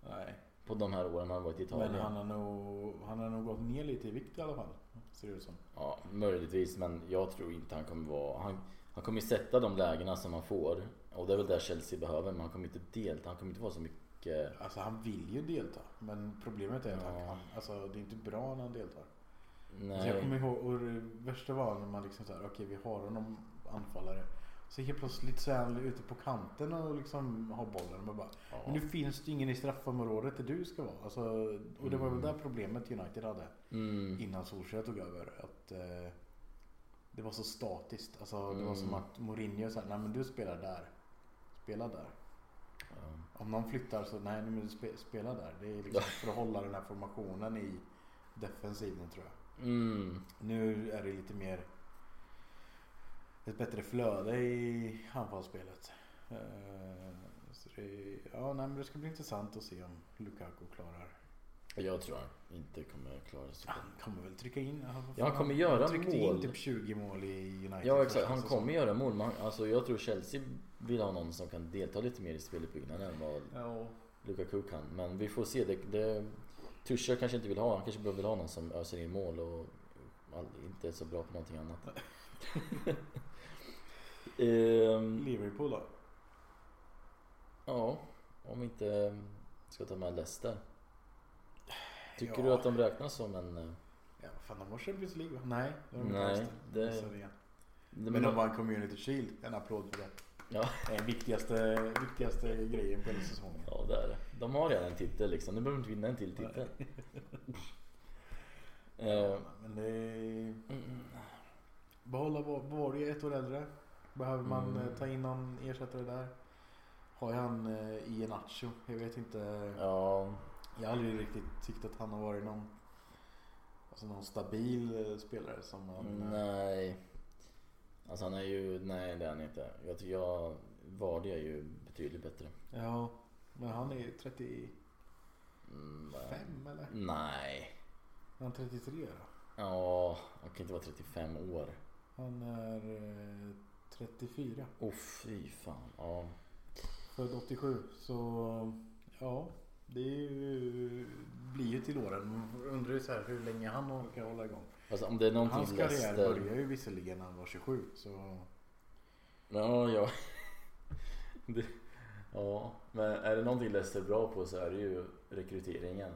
Speaker 1: Nej.
Speaker 2: på de här åren han varit i Italien.
Speaker 1: Men han har, nog, han har nog gått ner lite i vikt i alla fall. Ser det ut som.
Speaker 2: Ja, möjligtvis, men jag tror inte han kommer vara... Han, han kommer ju sätta de lägena som han får. Och det är väl där Chelsea behöver, men han kommer inte delta. Han kommer inte vara så mycket...
Speaker 1: Alltså han vill ju delta. Men problemet är att han
Speaker 2: Ja.
Speaker 1: kan. Alltså det är inte bra när han deltar. Så jag kommer
Speaker 2: Nej.
Speaker 1: ihåg, och det värsta var när man liksom såhär, okej vi har honom anfallare. Så helt plötsligt så är han ute på kanten och liksom har bollen. Och man bara, Men
Speaker 2: Ja.
Speaker 1: nu finns det ingen i straffområdet där du ska vara. Alltså, och det var väl
Speaker 2: Mm.
Speaker 1: där problemet United hade
Speaker 2: Mm.
Speaker 1: innan Solskjaer tog över. Att eh, det var så statiskt. Alltså, Det var
Speaker 2: Mm.
Speaker 1: som att Mourinho sa, nej men du spelar där. Spela där.
Speaker 2: Ja.
Speaker 1: Om någon flyttar så, nej men du spe, spela där. Det är liksom för att hålla den här formationen i defensiven tror jag.
Speaker 2: Mm.
Speaker 1: Nu är det lite mer ett bättre flöde i anfallsspelet. Eh, Så det, ja, nej, men det ska bli intressant att se om Lukaku klarar.
Speaker 2: Jag tror han inte kommer klara sig.
Speaker 1: Han kommer väl trycka in. vad
Speaker 2: Ah. Ja, han
Speaker 1: fan,
Speaker 2: kommer göra
Speaker 1: tryckte in
Speaker 2: mål.
Speaker 1: typ 20 mål i United.
Speaker 2: Ja
Speaker 1: första
Speaker 2: exakt, han
Speaker 1: säsongen.
Speaker 2: kommer göra mål. men han- Alltså, jag tror Chelsea vill ha någon som kan delta lite mer i speluppbyggnaden än vad
Speaker 1: Ja,
Speaker 2: Lukaku kan. Men vi får se. Det, det, Tuscher kanske inte vill ha. Han kanske bara vill ha någon som öser in mål och all, inte är så bra på någonting
Speaker 1: [laughs]
Speaker 2: annat. ehm,
Speaker 1: Liverpool då?
Speaker 2: ja, om vi inte ska ta med Leicester. Tycker
Speaker 1: Ja.
Speaker 2: du att de räknas som en... eh,
Speaker 1: Ja, vad fan, de har Champions League va? Nej, det har de
Speaker 2: Nej,
Speaker 1: inte alls
Speaker 2: det-
Speaker 1: Missade igen.
Speaker 2: de-
Speaker 1: Men de vann Community Shield. En applåd för det.
Speaker 2: Ja.
Speaker 1: Det är den viktigaste, viktigaste grejen på hela säsongen.
Speaker 2: Ja, det är det. De har redan en titel liksom. Nu behöver de inte vinna en till titel. Eh,
Speaker 1: Men det är...
Speaker 2: mm,
Speaker 1: Behålla Bo- Borg ett år äldre. Behöver man
Speaker 2: Mm.
Speaker 1: eh, ta in någon ersättare där? Har ju han eh, Iheanacho. Jag vet inte.
Speaker 2: ja,
Speaker 1: Jag har aldrig riktigt tyckt att han har varit någon, alltså någon stabil eh, spelare som han... eh,
Speaker 2: Mm, nej. Alltså han är ju, nej det är han inte. Jag tycker jag, Vardy är ju betydligt bättre.
Speaker 1: Ja, men han är ju 35
Speaker 2: Mm,
Speaker 1: eller? Är
Speaker 2: Nej.
Speaker 1: han 33 då?
Speaker 2: Ja, han kan inte vara 35 år.
Speaker 1: Han är eh, 34.
Speaker 2: Oh fy fan. Ja.
Speaker 1: Född 87. Så ja, det är ju, blir ju till åren. Man Undrar ju så här hur länge han orkar hålla igång.
Speaker 2: Alltså om det är någonting
Speaker 1: Hans karriär
Speaker 2: Leicester-
Speaker 1: började ju visserligen när han var 27. Så
Speaker 2: Ja, ja. [laughs] Det, ja, men är det någonting Leicester är bra på så är det ju rekryteringen.
Speaker 1: Ja.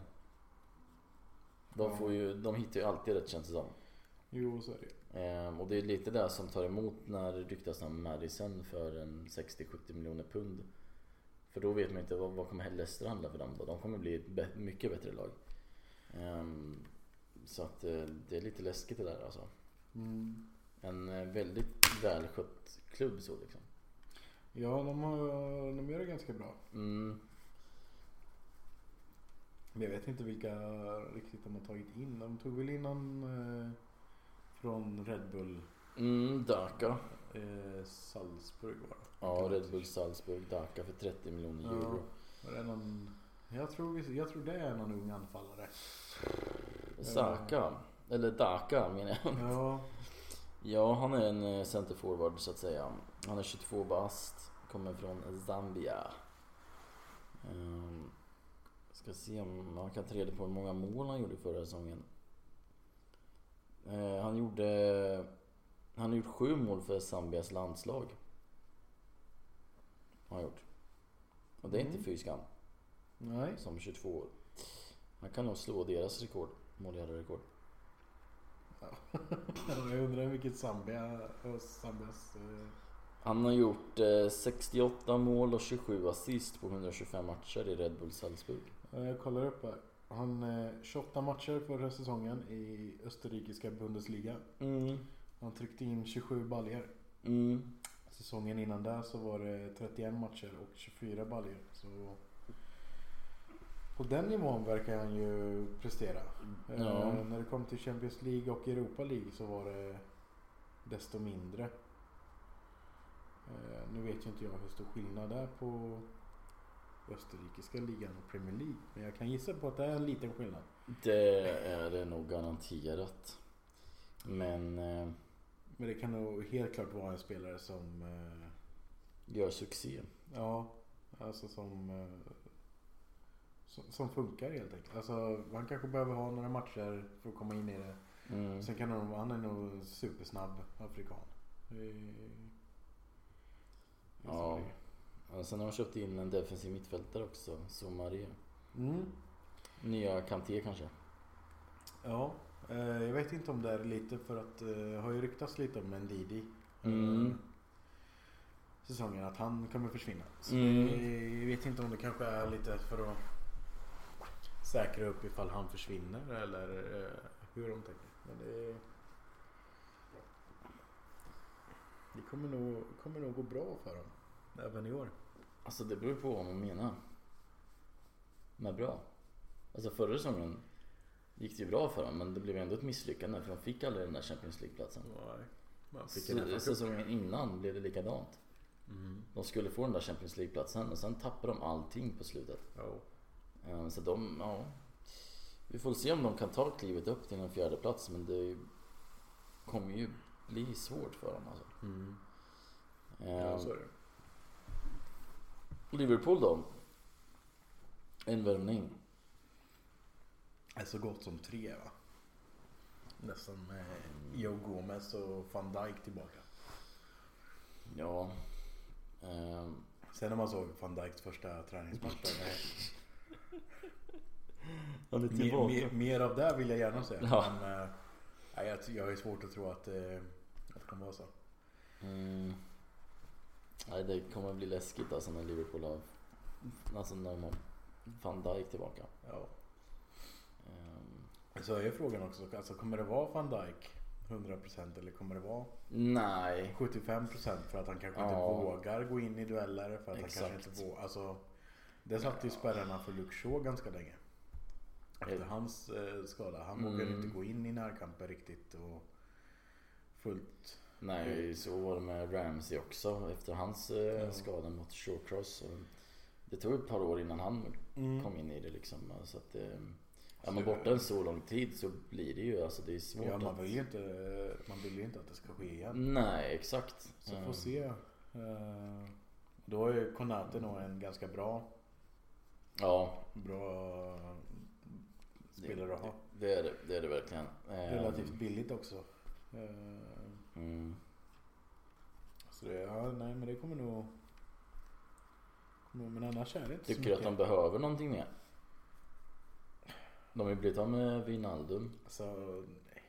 Speaker 2: De, får ju, de hittar ju alltid rätt känns det som.
Speaker 1: jo, så är det.
Speaker 2: Ehm, och det är lite det som tar emot när det ryktas om Madison för en 60-70 miljoner pund. För då vet man inte vad, vad kommer Leicester handla för dem då. De kommer bli ett bä- mycket bättre lag. Ehm, så att eh, det är lite läskigt det där alltså.
Speaker 1: Mm.
Speaker 2: En eh, väldigt välskött klubb så liksom.
Speaker 1: Ja, de, har, de gör det ganska bra.
Speaker 2: Mm.
Speaker 1: Men jag vet inte vilka riktigt de har tagit in. De tog väl in någon eh, från Red Bull
Speaker 2: Mm, Daka.
Speaker 1: eh, Salzburg var det.
Speaker 2: Ja, Red Bull Salzburg, Daka för 30 miljoner euro.
Speaker 1: Var det någon, jag, tror, vi- jag tror det är någon ung
Speaker 2: [laughs]
Speaker 1: anfallare.
Speaker 2: Saka, eller Daka menar jag.
Speaker 1: Ja,
Speaker 2: Ja, han är en eh, center forward så att säga. Han är 22 bast, kommer från Zambia. Ehm, ska se om man kan ta reda på hur många mål han gjorde förra säsongen. Eh, han gjorde... Han har gjort sju mål för Zambias landslag. Har han gjort. Och det är inte
Speaker 1: Mm.
Speaker 2: fy skam.
Speaker 1: nej.
Speaker 2: som 22 år. Han kan nog slå deras rekord, målgörarrekord.
Speaker 1: Jag undrar vilket Zambia, och Zambias... Eh,
Speaker 2: Han har gjort eh, 68 mål och 27 assist på 125 matcher i Red Bull Salzburg.
Speaker 1: Ja, Jag kollar upp här. Han eh, 28 matcher förra säsongen i österrikiska Bundesliga.
Speaker 2: Mm.
Speaker 1: Han tryckte in 27 baljer.
Speaker 2: Mm.
Speaker 1: Säsongen innan där så var det 31 matcher och 24 baljer. Så på den nivån verkar han ju prestera. Eh,
Speaker 2: Ja.
Speaker 1: När det kom till Champions League och Europa League så var det desto mindre. Eh, nu vet ju inte jag hur stor skillnad det är på österrikiska ligan och Premier League. Men jag kan gissa på att det är en liten skillnad.
Speaker 2: Det är det nog garanterat. Men eh,
Speaker 1: Men det kan nog helt klart vara en spelare som eh,
Speaker 2: gör succé.
Speaker 1: Ja, alltså som, eh, som, som funkar helt enkelt. Alltså, han kanske behöver ha några matcher för att komma in i det.
Speaker 2: Mm.
Speaker 1: Sen kan han, han är nog en supersnabb afrikan. Det är- det är så
Speaker 2: Ja.
Speaker 1: det är.
Speaker 2: Och sen har de köpt in en defensiv mittfältare också, Sommarie.
Speaker 1: Mm.
Speaker 2: Nya Kanté kanske.
Speaker 1: Ja, eh, jag vet inte om det är lite för att eh, det har ju ryktats lite om en Didi. eh,
Speaker 2: Mm.
Speaker 1: Säsongen att han kommer försvinna. Så
Speaker 2: Mm.
Speaker 1: det- jag vet inte om det kanske är lite för att säkra upp ifall han försvinner eller eh, hur de tänker. Men det, det kommer, nog, kommer nog gå bra för dem. Även i år.
Speaker 2: Alltså det beror på vad man menar. Med bra. Alltså förra säsongen gick det ju bra för dem men det blev ändå ett misslyckande för de fick aldrig den där Champions League-platsen.
Speaker 1: Nej. Man fick en
Speaker 2: Så,
Speaker 1: FA Cup.
Speaker 2: säsongen innan blev det likadant.
Speaker 1: Mm.
Speaker 2: De skulle få den där Champions League-platsen och sen tappade de allting på slutet.
Speaker 1: Ja.
Speaker 2: Eh, Så de, ja. Vi får se om de kan ta klivet upp till en fjärde plats men det kommer ju bli svårt för dem alltså.
Speaker 1: Mm.
Speaker 2: Eh,
Speaker 1: Ja, så är det.
Speaker 2: Ehm, Liverpool då? En värvning.
Speaker 1: är så gott som tre va? Nästan med Joe Gomez och van Dijk tillbaka.
Speaker 2: Ja. Ehm,
Speaker 1: Sen när man såg van Dijks första träningsmatch där, nej.
Speaker 2: Han
Speaker 1: mer,
Speaker 2: är tillbaka.
Speaker 1: mer, mer av det vill jag gärna se.
Speaker 2: Ja.
Speaker 1: Men eh, nej, jag, jag har svårt att tro att, eh, att det kommer vara så.
Speaker 2: Mm. Nej, det kommer bli läskigt alltså när Liverpool har... Alltså när de har van Dijk tillbaka.
Speaker 1: Ja.
Speaker 2: Ehm,
Speaker 1: Så är ju frågan också, alltså, kommer det vara van Dijk 100% eller kommer det vara
Speaker 2: nej.
Speaker 1: 75% för att han kanske inte
Speaker 2: Ja.
Speaker 1: vågar gå in i dueller? För att han kanske
Speaker 2: Exakt.
Speaker 1: inte vågar. Alltså, det satte ju spärrarna för Luke Shaw ganska länge. Efter
Speaker 2: Eh.
Speaker 1: hans eh, skada. Han
Speaker 2: Mm.
Speaker 1: vågade inte gå in i närkamper riktigt. Och fullt.
Speaker 2: Nej, så var det med Ramsey också efter hans eh,
Speaker 1: Ja.
Speaker 2: skada mot Shawcross. Och Det tog ett par år innan han kom in i det liksom. Så att, eh, är man
Speaker 1: Mm. Så-
Speaker 2: borta en så lång tid så blir det ju, alltså det är svårt
Speaker 1: Ja, man
Speaker 2: att... Mm.
Speaker 1: vill ju inte, man vill ju inte att det ska ske igen.
Speaker 2: Nej, exakt.
Speaker 1: Så
Speaker 2: Ehm,
Speaker 1: får se. Eh, Då är ju Konate nog en ganska bra,
Speaker 2: Ja,
Speaker 1: bra spelare att ha.
Speaker 2: det är det, det, är det verkligen. Ehm,
Speaker 1: Relativt billigt också. Eh,
Speaker 2: Mm.
Speaker 1: Så det, ja, nej men det kommer nog... kommer- Men annars är det inte så
Speaker 2: Tycker du att de
Speaker 1: mycket.
Speaker 2: behöver någonting mer? De har ju blivit av med Wijnaldum.
Speaker 1: Alltså,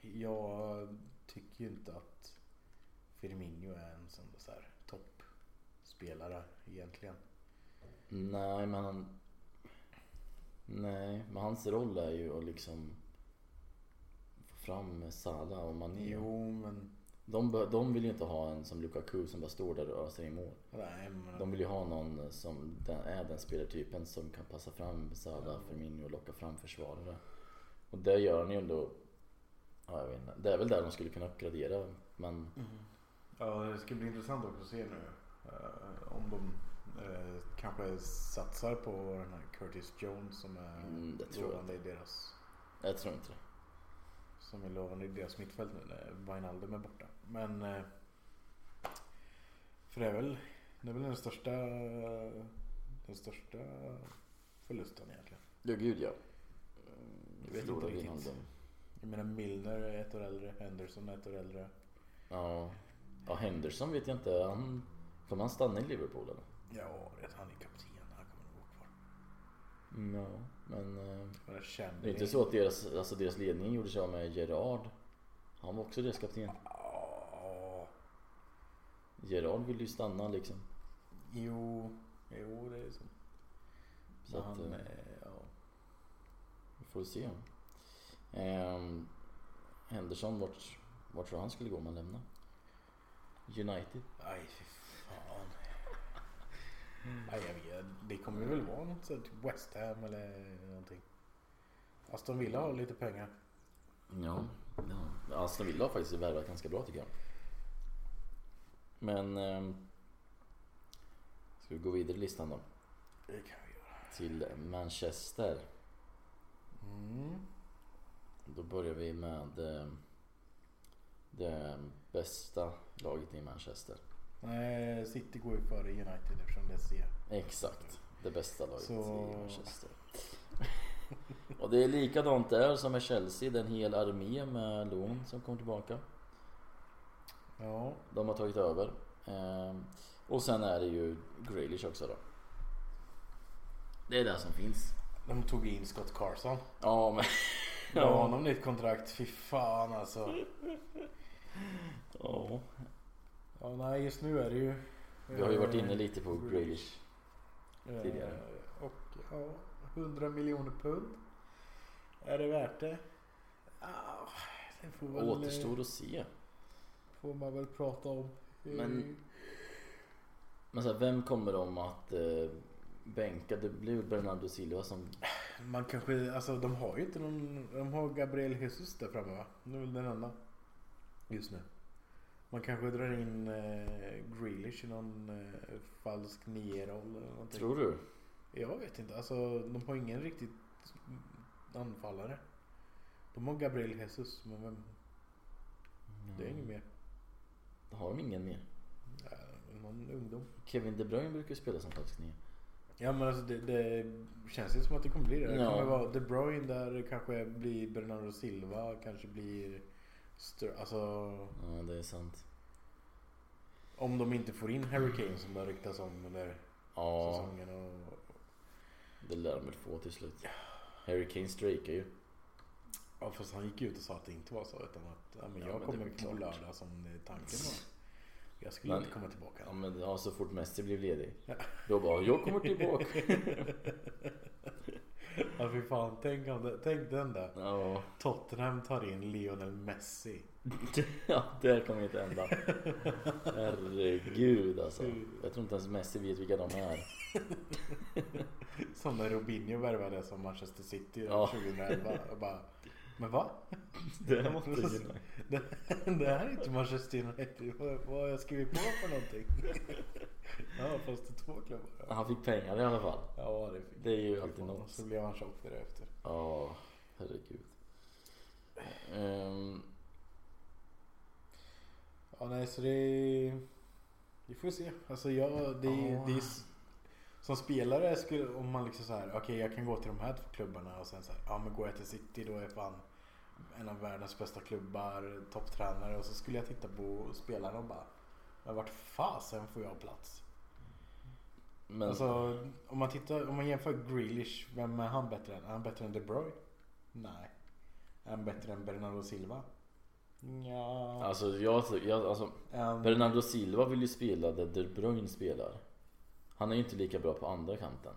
Speaker 1: jag tycker ju inte att Firmino är en sån där så här toppspelare egentligen.
Speaker 2: Nej, men han... Nej, men hans roll är ju att liksom få fram Salah och Mané.
Speaker 1: Jo, men...
Speaker 2: De, be- de vill ju inte ha en som Lukaku som bara står där och öser in mål.
Speaker 1: Nej, men
Speaker 2: De vill ju ha någon som den, är den spelartypen som kan passa fram Salah, Firmino och locka fram försvarare. Och det gör han ju ändå... Ja, jag vet inte. Det är väl där de skulle kunna uppgradera, men...
Speaker 1: Mm. Ja, det ska bli intressant också att se nu. eh, om de eh, kanske satsar på den här Curtis Jones som är
Speaker 2: Mm, det tror jag
Speaker 1: lovande i deras...
Speaker 2: Jag tror inte det.
Speaker 1: Som är lovande i deras mittfält nu när Wijnaldum är borta. Men... eh, För det är väl, det är väl den största... Den största förlusten egentligen.
Speaker 2: Ja, gud ja.
Speaker 1: Jag vet
Speaker 2: Jag förlorar
Speaker 1: inte
Speaker 2: innan
Speaker 1: riktigt.
Speaker 2: dem.
Speaker 1: Jag menar Milner är ett år äldre, Henderson är ett år äldre.
Speaker 2: Ja. ja, Henderson vet jag inte. Han, kommer han stanna i Liverpool eller?
Speaker 1: Ja, det är att han är kapten. Han kommer nog vara kvar.
Speaker 2: Mm, Ja. Men eh,
Speaker 1: Men det känner
Speaker 2: det är inte så att deras, alltså deras ledning gjorde sig av med Gerard. Han var också deras kapten.
Speaker 1: Ja,
Speaker 2: Gerard ville ju stanna liksom.
Speaker 1: jo, jo det är så.
Speaker 2: Så
Speaker 1: Men han,
Speaker 2: att, eh,
Speaker 1: eh, ja.
Speaker 2: vi får se. Ehm, Henderson, vart, vart tror han skulle gå om han lämnar? United?
Speaker 1: Aj, fy fan. Aj, jag vet. Det kommer väl vara något sånt, typ West Ham eller någonting. Aston Villa har lite pengar.
Speaker 2: Ja, ja. Aston Villa har faktiskt värvat ganska bra tycker jag. Men ehm, Ska vi gå vidare i listan då?
Speaker 1: Det kan vi göra.
Speaker 2: Till Manchester.
Speaker 1: Mm.
Speaker 2: Då börjar vi med eh, det bästa laget i Manchester.
Speaker 1: Nej, City går ju före United eftersom det är C.
Speaker 2: Exakt, det bästa laget
Speaker 1: Så-
Speaker 2: i Manchester. [laughs] Och det är likadant där som med Chelsea, det är en hel armé med lån som kommer tillbaka.
Speaker 1: Ja,
Speaker 2: De har tagit över. Eh, Och sen är det ju Grealish också då. Det är det som finns.
Speaker 1: de tog in Scott Carson.
Speaker 2: Ja men...
Speaker 1: Gav
Speaker 2: Ja.
Speaker 1: honom nytt kontrakt. Fy fan alltså.
Speaker 2: ja.
Speaker 1: Ja, nej, just nu är det ju...
Speaker 2: Vi har ju varit inne
Speaker 1: eh,
Speaker 2: lite på Grealish.
Speaker 1: eh,
Speaker 2: tidigare.
Speaker 1: Och ja, 100 miljoner pund. Är det värt det? Ah, det får, väl, eh,
Speaker 2: Återstår att se.
Speaker 1: får man väl prata om. Eh,
Speaker 2: Men- Men så här, vem kommer de att eh, bänka? Det blir väl Bernardo Silva som...
Speaker 1: Man kanske, alltså de har ju inte någon, de har Gabriel Jesus där framme va? Det är väl den enda. Just nu. Man kanske drar in eh, Grealish i någon eh, falsk nio-roll eller någonting.
Speaker 2: Tror du?
Speaker 1: Jag vet inte, alltså de har ingen riktigt anfallare. De har Gabriel Jesus men vem, det är ingen mer.
Speaker 2: Mm. Har de ingen mer?
Speaker 1: Äh, någon ungdom.
Speaker 2: Kevin De Bruyne brukar ju spela som falsk nia.
Speaker 1: Ja men alltså det, det känns ju som att det kommer bli det. Det
Speaker 2: Ja.
Speaker 1: kommer vara De Bruyne där, det kanske blir Bernardo Silva, kanske blir Stör, alltså
Speaker 2: Ja, det är sant.
Speaker 1: Om de inte får in Harry Kane som det har ryktats om under
Speaker 2: Ja,
Speaker 1: säsongen. Och,
Speaker 2: det lär de väl få till slut. Harry Kane strejkar ju.
Speaker 1: ja, fast han gick ut och sa att det inte var så. Utan att ja, men
Speaker 2: Ja,
Speaker 1: jag
Speaker 2: men det är
Speaker 1: kommer
Speaker 2: väl
Speaker 1: på
Speaker 2: klart.
Speaker 1: lördag som det tanken var. Jag skulle
Speaker 2: Men-
Speaker 1: inte komma tillbaka.
Speaker 2: Ja, men ja, så fort Messi blev ledig.
Speaker 1: Ja.
Speaker 2: Då bara, jag kommer tillbaka.
Speaker 1: ja fy fan, tänk, om det, tänk den där.
Speaker 2: Ja, [laughs]
Speaker 1: Tottenham tar in Lionel Messi.
Speaker 2: ja det här kommer inte hända. Herregud alltså. Jag tror inte ens Messi vet vilka de är.
Speaker 1: Som när Robinho värvade som Manchester City [laughs]
Speaker 2: Ja.
Speaker 1: 2011. Och bara, men va? [laughs]
Speaker 2: Det här måste ju gynna.
Speaker 1: Det, det här är inte Manchester United. Vad, vad har jag skrivit på för någonting? [laughs] ja, fast det är två klubbar. Ja.
Speaker 2: Han fick pengar i alla fall.
Speaker 1: Ja, det fick
Speaker 2: Det är ju
Speaker 1: jag.
Speaker 2: alltid något.
Speaker 1: Och Så blev han tjock därefter.
Speaker 2: Ja, herregud. Ehm,
Speaker 1: Ja, nej, så det... Vi får se. Alltså, jag... Det, är-
Speaker 2: Ja.
Speaker 1: det är, s- som spelare, skulle, om man liksom så här, okej, jag kan gå till de här två klubbarna och sen så här, ja, men går jag till City då är jag fan en av världens bästa klubbar, topptränare och så skulle jag titta på spelarna och bara, men vart fasen får jag plats?
Speaker 2: men
Speaker 1: Alltså, om man tittar, om man jämför Grealish, vem är han bättre än? Är han bättre än De Bruyne? Nej. Är han bättre än Bernardo Silva? Ja.
Speaker 2: Alltså jag, jag alltså, Bernardo Silva vill ju spela där De Bruyne spelar. Han är ju inte lika bra på andra kanten.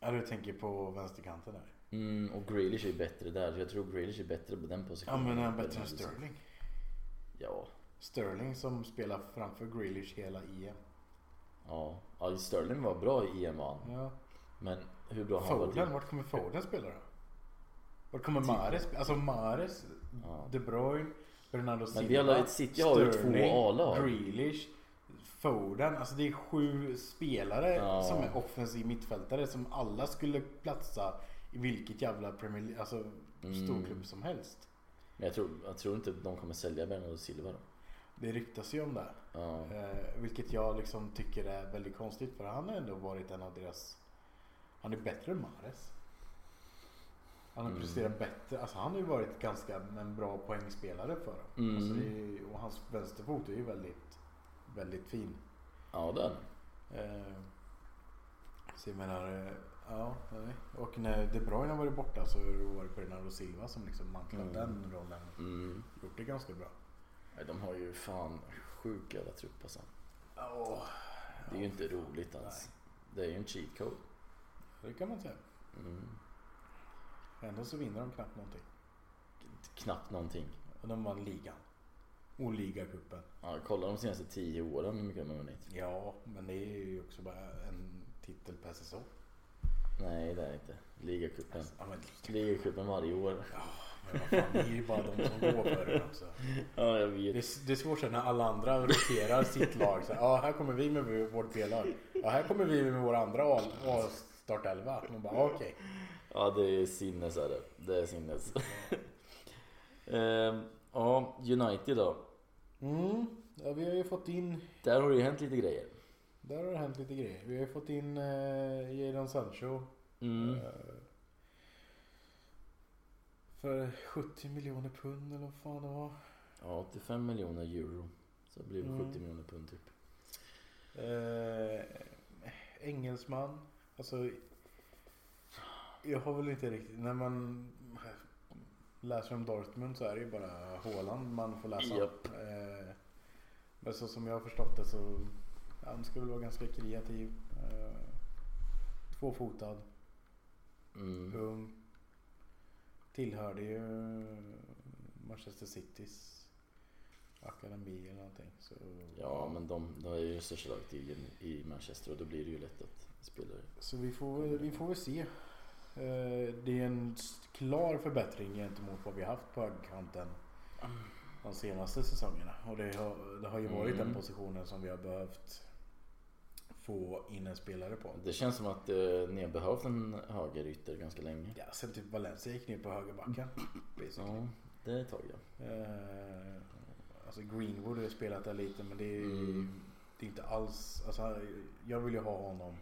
Speaker 1: Ja, du tänker på vänsterkanten där.
Speaker 2: Mm, och Grealish är ju bättre där. så Jag tror Grealish är bättre på den
Speaker 1: Ja,
Speaker 2: positionen.
Speaker 1: men är
Speaker 2: än
Speaker 1: han bättre än
Speaker 2: Bernardo Silva.
Speaker 1: Sterling?
Speaker 2: Ja.
Speaker 1: Sterling som spelar framför Grealish hela EM.
Speaker 2: Ja. ja, Sterling var bra i EM va?
Speaker 1: Ja.
Speaker 2: Men hur bra han var
Speaker 1: Foden,
Speaker 2: till...
Speaker 1: vart kommer Foden spela då? Vart kommer Mahrez? spela? Alltså Mahrez,
Speaker 2: Ja.
Speaker 1: De Bruyne, Bernardo Silva.
Speaker 2: vi har- City har ju två
Speaker 1: Sterling,
Speaker 2: A-lag.
Speaker 1: Grealish, Foden. Alltså det är sju spelare
Speaker 2: Ja.
Speaker 1: som är offensiv mittfältare som alla skulle platsa i vilket jävla Premier League, alltså storklubb som helst.
Speaker 2: Mm. Men jag tror, jag tror inte de kommer sälja Bernardo Silva då.
Speaker 1: Det ryktas ju om det.
Speaker 2: Ja.
Speaker 1: Eh, vilket jag liksom tycker är väldigt konstigt för han har ändå varit en av deras... Han är bättre än Mahrez. Han har
Speaker 2: Mm.
Speaker 1: presterat bättre. Alltså han har ju varit ganska en bra poängspelare för dem.
Speaker 2: Mm.
Speaker 1: Alltså, det är, ju- och hans vänsterfot är ju väldigt, väldigt fin.
Speaker 2: Ja, den.
Speaker 1: Eh, så jag menar, eh, ja, nej. Och när De Bruyne har varit borta så har det varit Bernardo Silva som liksom mantlat
Speaker 2: Mm.
Speaker 1: den rollen.
Speaker 2: Mm.
Speaker 1: Gjort det ganska bra.
Speaker 2: Nej, de har ju fan sjuk jävla trupp alltså.
Speaker 1: Åh,
Speaker 2: Det är ju inte roligt alltså. alls. Det är ju en cheat code.
Speaker 1: det kan man säga.
Speaker 2: Mm.
Speaker 1: Ändå så vinner de knappt någonting.
Speaker 2: Knappt någonting.
Speaker 1: Och de vann ligan. Och ligacupen.
Speaker 2: Ja, kolla de senaste tio åren hur mycket de har vunnit.
Speaker 1: Ja, men det är ju också bara en titel per säsong.
Speaker 2: Nej, det är det inte. Ligacupen.
Speaker 1: Ja, men liga.
Speaker 2: Ligacupen varje år.
Speaker 1: Men vad fan, det är ju bara de som går för det också.
Speaker 2: Ja, jag
Speaker 1: Det
Speaker 2: vet.
Speaker 1: är, det är svårt sen när alla andra roterar sitt lag. Så, här, ja, här kommer vi med vårt B-lag. Ja, här kommer vi med vår andra A- A-startelva. Man bara, ja, okej.
Speaker 2: Ja, det är sinnes är det. Det är sinnes. Ehm, Ja, United då.
Speaker 1: Mm, ja, vi har ju fått in,
Speaker 2: Där har det ju hänt lite grejer.
Speaker 1: där har det hänt lite grejer. Vi har ju fått in eh, Jadon Sancho.
Speaker 2: Mm.
Speaker 1: Eh, för 70 miljoner pund eller vad fan det var.
Speaker 2: Ja, 85 miljoner euro. Så det blir det
Speaker 1: Mm.
Speaker 2: 70 miljoner pund typ.
Speaker 1: Eh, engelsman. Alltså, jag har väl inte riktigt... När man läser om Dortmund så är det ju bara Haaland man får läsa om.
Speaker 2: Japp.
Speaker 1: Eh, men så som jag har förstått det så... ja, Han ska väl vara ganska kreativ. Eh, tvåfotad,
Speaker 2: Mm.
Speaker 1: ung. Tillhörde ju Manchester Citys akademi eller någonting. Så,
Speaker 2: Ja, men de, de är ju största laget i, i Manchester och då blir det ju lätt att spelare...
Speaker 1: Så vi får, väl- vi får väl se. Eh, Det är en s- klar förbättring gentemot vad vi haft på högerkanten de senaste säsongerna. Och det har, det har ju varit
Speaker 2: Mm.
Speaker 1: den positionen som vi har behövt få in en spelare på.
Speaker 2: Det känns som att eh, ni har behövt en högerytter ganska länge.
Speaker 1: Ja, sen typ Valencia gick ner på högerbacken. basically.
Speaker 2: Ja, det är ett tag ja.
Speaker 1: Eh, Alltså Greenwood har ju spelat där lite men det är,
Speaker 2: Mm.
Speaker 1: det är inte alls. Alltså, jag vill ju ha honom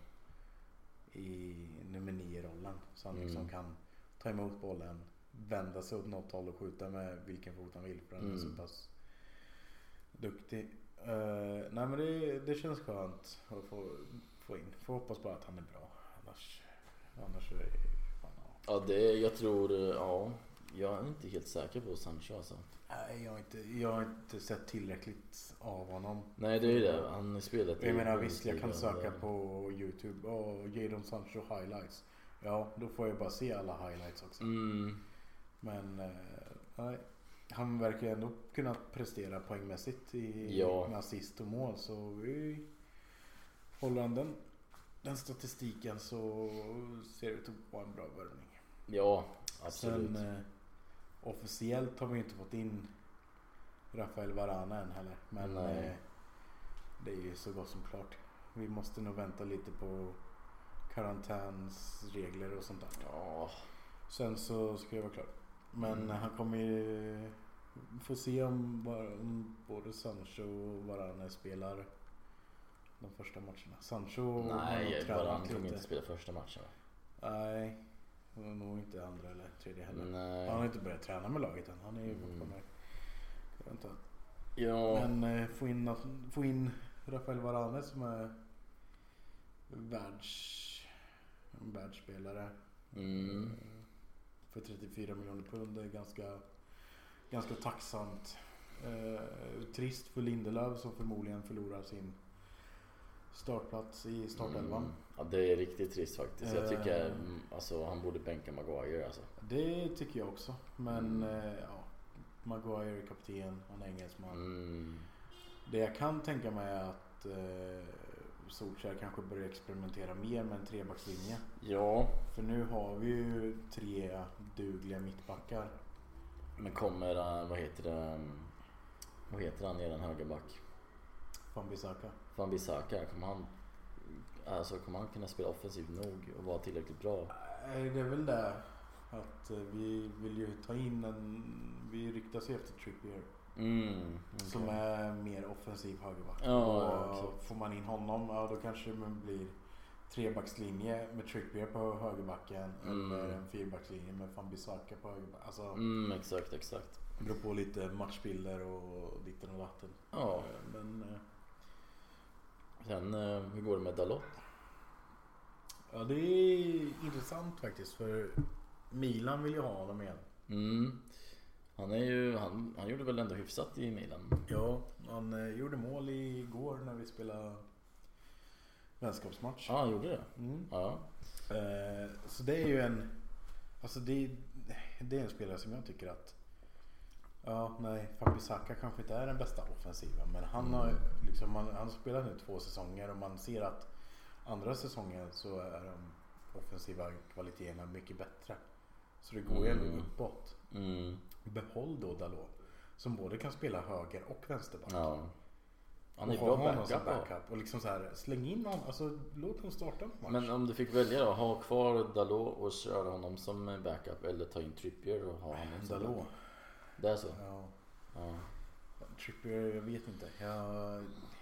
Speaker 1: i nummer 9 rollen. Så han
Speaker 2: Mm.
Speaker 1: liksom kan ta emot bollen, vända sig åt något håll och skjuta med vilken fot han vill. För han är
Speaker 2: Mm.
Speaker 1: så pass duktig. Eh, nej men det, det känns skönt att få, få in. Får hoppas bara att han är bra. Annars, annars är det fan ja.
Speaker 2: Ja, det, jag tror, eh, ja. Jag är inte helt säker på Sancho alltså.
Speaker 1: Nej, jag har, inte, jag har inte sett tillräckligt av honom.
Speaker 2: Nej, det är ju det. Han spelat
Speaker 1: Jag menar visst, jag kan
Speaker 2: Bundesliga,
Speaker 1: söka
Speaker 2: det-
Speaker 1: på Youtube och Jadon Sancho highlights. Ja, då får jag bara se alla highlights också.
Speaker 2: Mm,
Speaker 1: Men eh, nej, han verkar ju ändå kunna prestera poängmässigt i
Speaker 2: Ja.
Speaker 1: med assist och mål. Så vi håller han den, den statistiken så ser det ut att vara en bra värvning.
Speaker 2: ja, absolut.
Speaker 1: Sen eh, officiellt har vi inte fått in Rafael Varana än heller. Men
Speaker 2: Nej.
Speaker 1: eh, det är ju så gott som klart. Vi måste nog vänta lite på karantänsregler och sånt där.
Speaker 2: Ja,
Speaker 1: Sen så ska jag vara klar. Men
Speaker 2: Mm.
Speaker 1: han kommer ju... vi Får se om, bara- om både Sancho och Varane spelar de första matcherna. Sancho har nog
Speaker 2: nej,
Speaker 1: tränat
Speaker 2: Varann kommer
Speaker 1: lite.
Speaker 2: inte spela första matchen va?
Speaker 1: Nej, nog inte andra eller tredje heller. Han har
Speaker 2: Nej.
Speaker 1: inte börjat träna med laget än. Han är ju
Speaker 2: Mm.
Speaker 1: fortfarande... Jag vet inte.
Speaker 2: Ja, mm,
Speaker 1: Men eh, få in, något- få in Rafael Varane som är världs, en världsspelare.
Speaker 2: mm,
Speaker 1: Eh, För 34 miljoner pund. Det är ganska, ganska tacksamt. Eh, trist för Lindelöf som förmodligen förlorar sin startplats i startelvan.
Speaker 2: mm. Ja, det är riktigt trist faktiskt. Jag tycker
Speaker 1: Eh.
Speaker 2: mm, alltså, han borde bänka Maguire alltså.
Speaker 1: Det tycker jag också. Men
Speaker 2: Mm.
Speaker 1: eh, ja, Maguire är kapten. Han är engelsman.
Speaker 2: Mm.
Speaker 1: Det jag kan tänka mig är att eh, Solskjaer kanske börjar experimentera mer med en trebackslinje.
Speaker 2: Ja,
Speaker 1: För nu har vi ju tre dugliga mittbackar.
Speaker 2: men kommer, eh, vad heter det, vad heter han i den högerback?
Speaker 1: Van Bissaka.
Speaker 2: Van Bissaka, kommer han, alltså, kommer han kunna spela offensivt nog och vara tillräckligt bra?
Speaker 1: Nej, Eh, Det är väl det att eh, vi vill ju ta in en... Vi riktar sig efter Trippier.
Speaker 2: Mm, okej.
Speaker 1: Som är mer offensiv högerback.
Speaker 2: Ja,
Speaker 1: och
Speaker 2: exakt.
Speaker 1: får man in honom, ja då kanske det blir trebackslinje med Trippier på högerbacken.
Speaker 2: Mm.
Speaker 1: Eller en fyrbackslinje med Van Bissaka på högerbacken. Alltså,
Speaker 2: Mm, exakt, exakt.
Speaker 1: Det beror på lite matchbilder och ditten och datten.
Speaker 2: Ja,
Speaker 1: Men eh,
Speaker 2: sen eh, hur går det med Dalot?
Speaker 1: ja, det är intressant faktiskt för Milan vill ju ha honom igen.
Speaker 2: Mm. Han, är ju, han, han gjorde väl ändå hyfsat i Milan?
Speaker 1: Ja, han eh, gjorde mål igår när vi spelade vänskapsmatch.
Speaker 2: Ja, han gjorde det.
Speaker 1: Mm.
Speaker 2: Ja.
Speaker 1: Eh, så det är ju en... Alltså det, det är en spelare som jag tycker att... Ja, nej, Fambisaka kanske inte är den bästa offensiva men han har
Speaker 2: Mm.
Speaker 1: liksom, han, han har spelat nu två säsonger och man ser att andra säsongen så är de offensiva kvaliteterna mycket bättre. Så det går ju ändå
Speaker 2: Mm.
Speaker 1: uppåt.
Speaker 2: Mm.
Speaker 1: Behåll då Dalot. Som både kan spela höger och vänsterback.
Speaker 2: Ja. Han
Speaker 1: och
Speaker 2: är
Speaker 1: ha
Speaker 2: bra
Speaker 1: honom som
Speaker 2: backup. då.
Speaker 1: backup. Och liksom så här, släng in honom. Alltså låt honom starta en match.
Speaker 2: Men om du fick välja då, ha kvar Dalot och köra honom som backup eller ta in Trippier och ha honom som backup?
Speaker 1: Dalot.
Speaker 2: Det är så?
Speaker 1: Ja.
Speaker 2: Ja.
Speaker 1: Trippier, jag vet inte. Jag...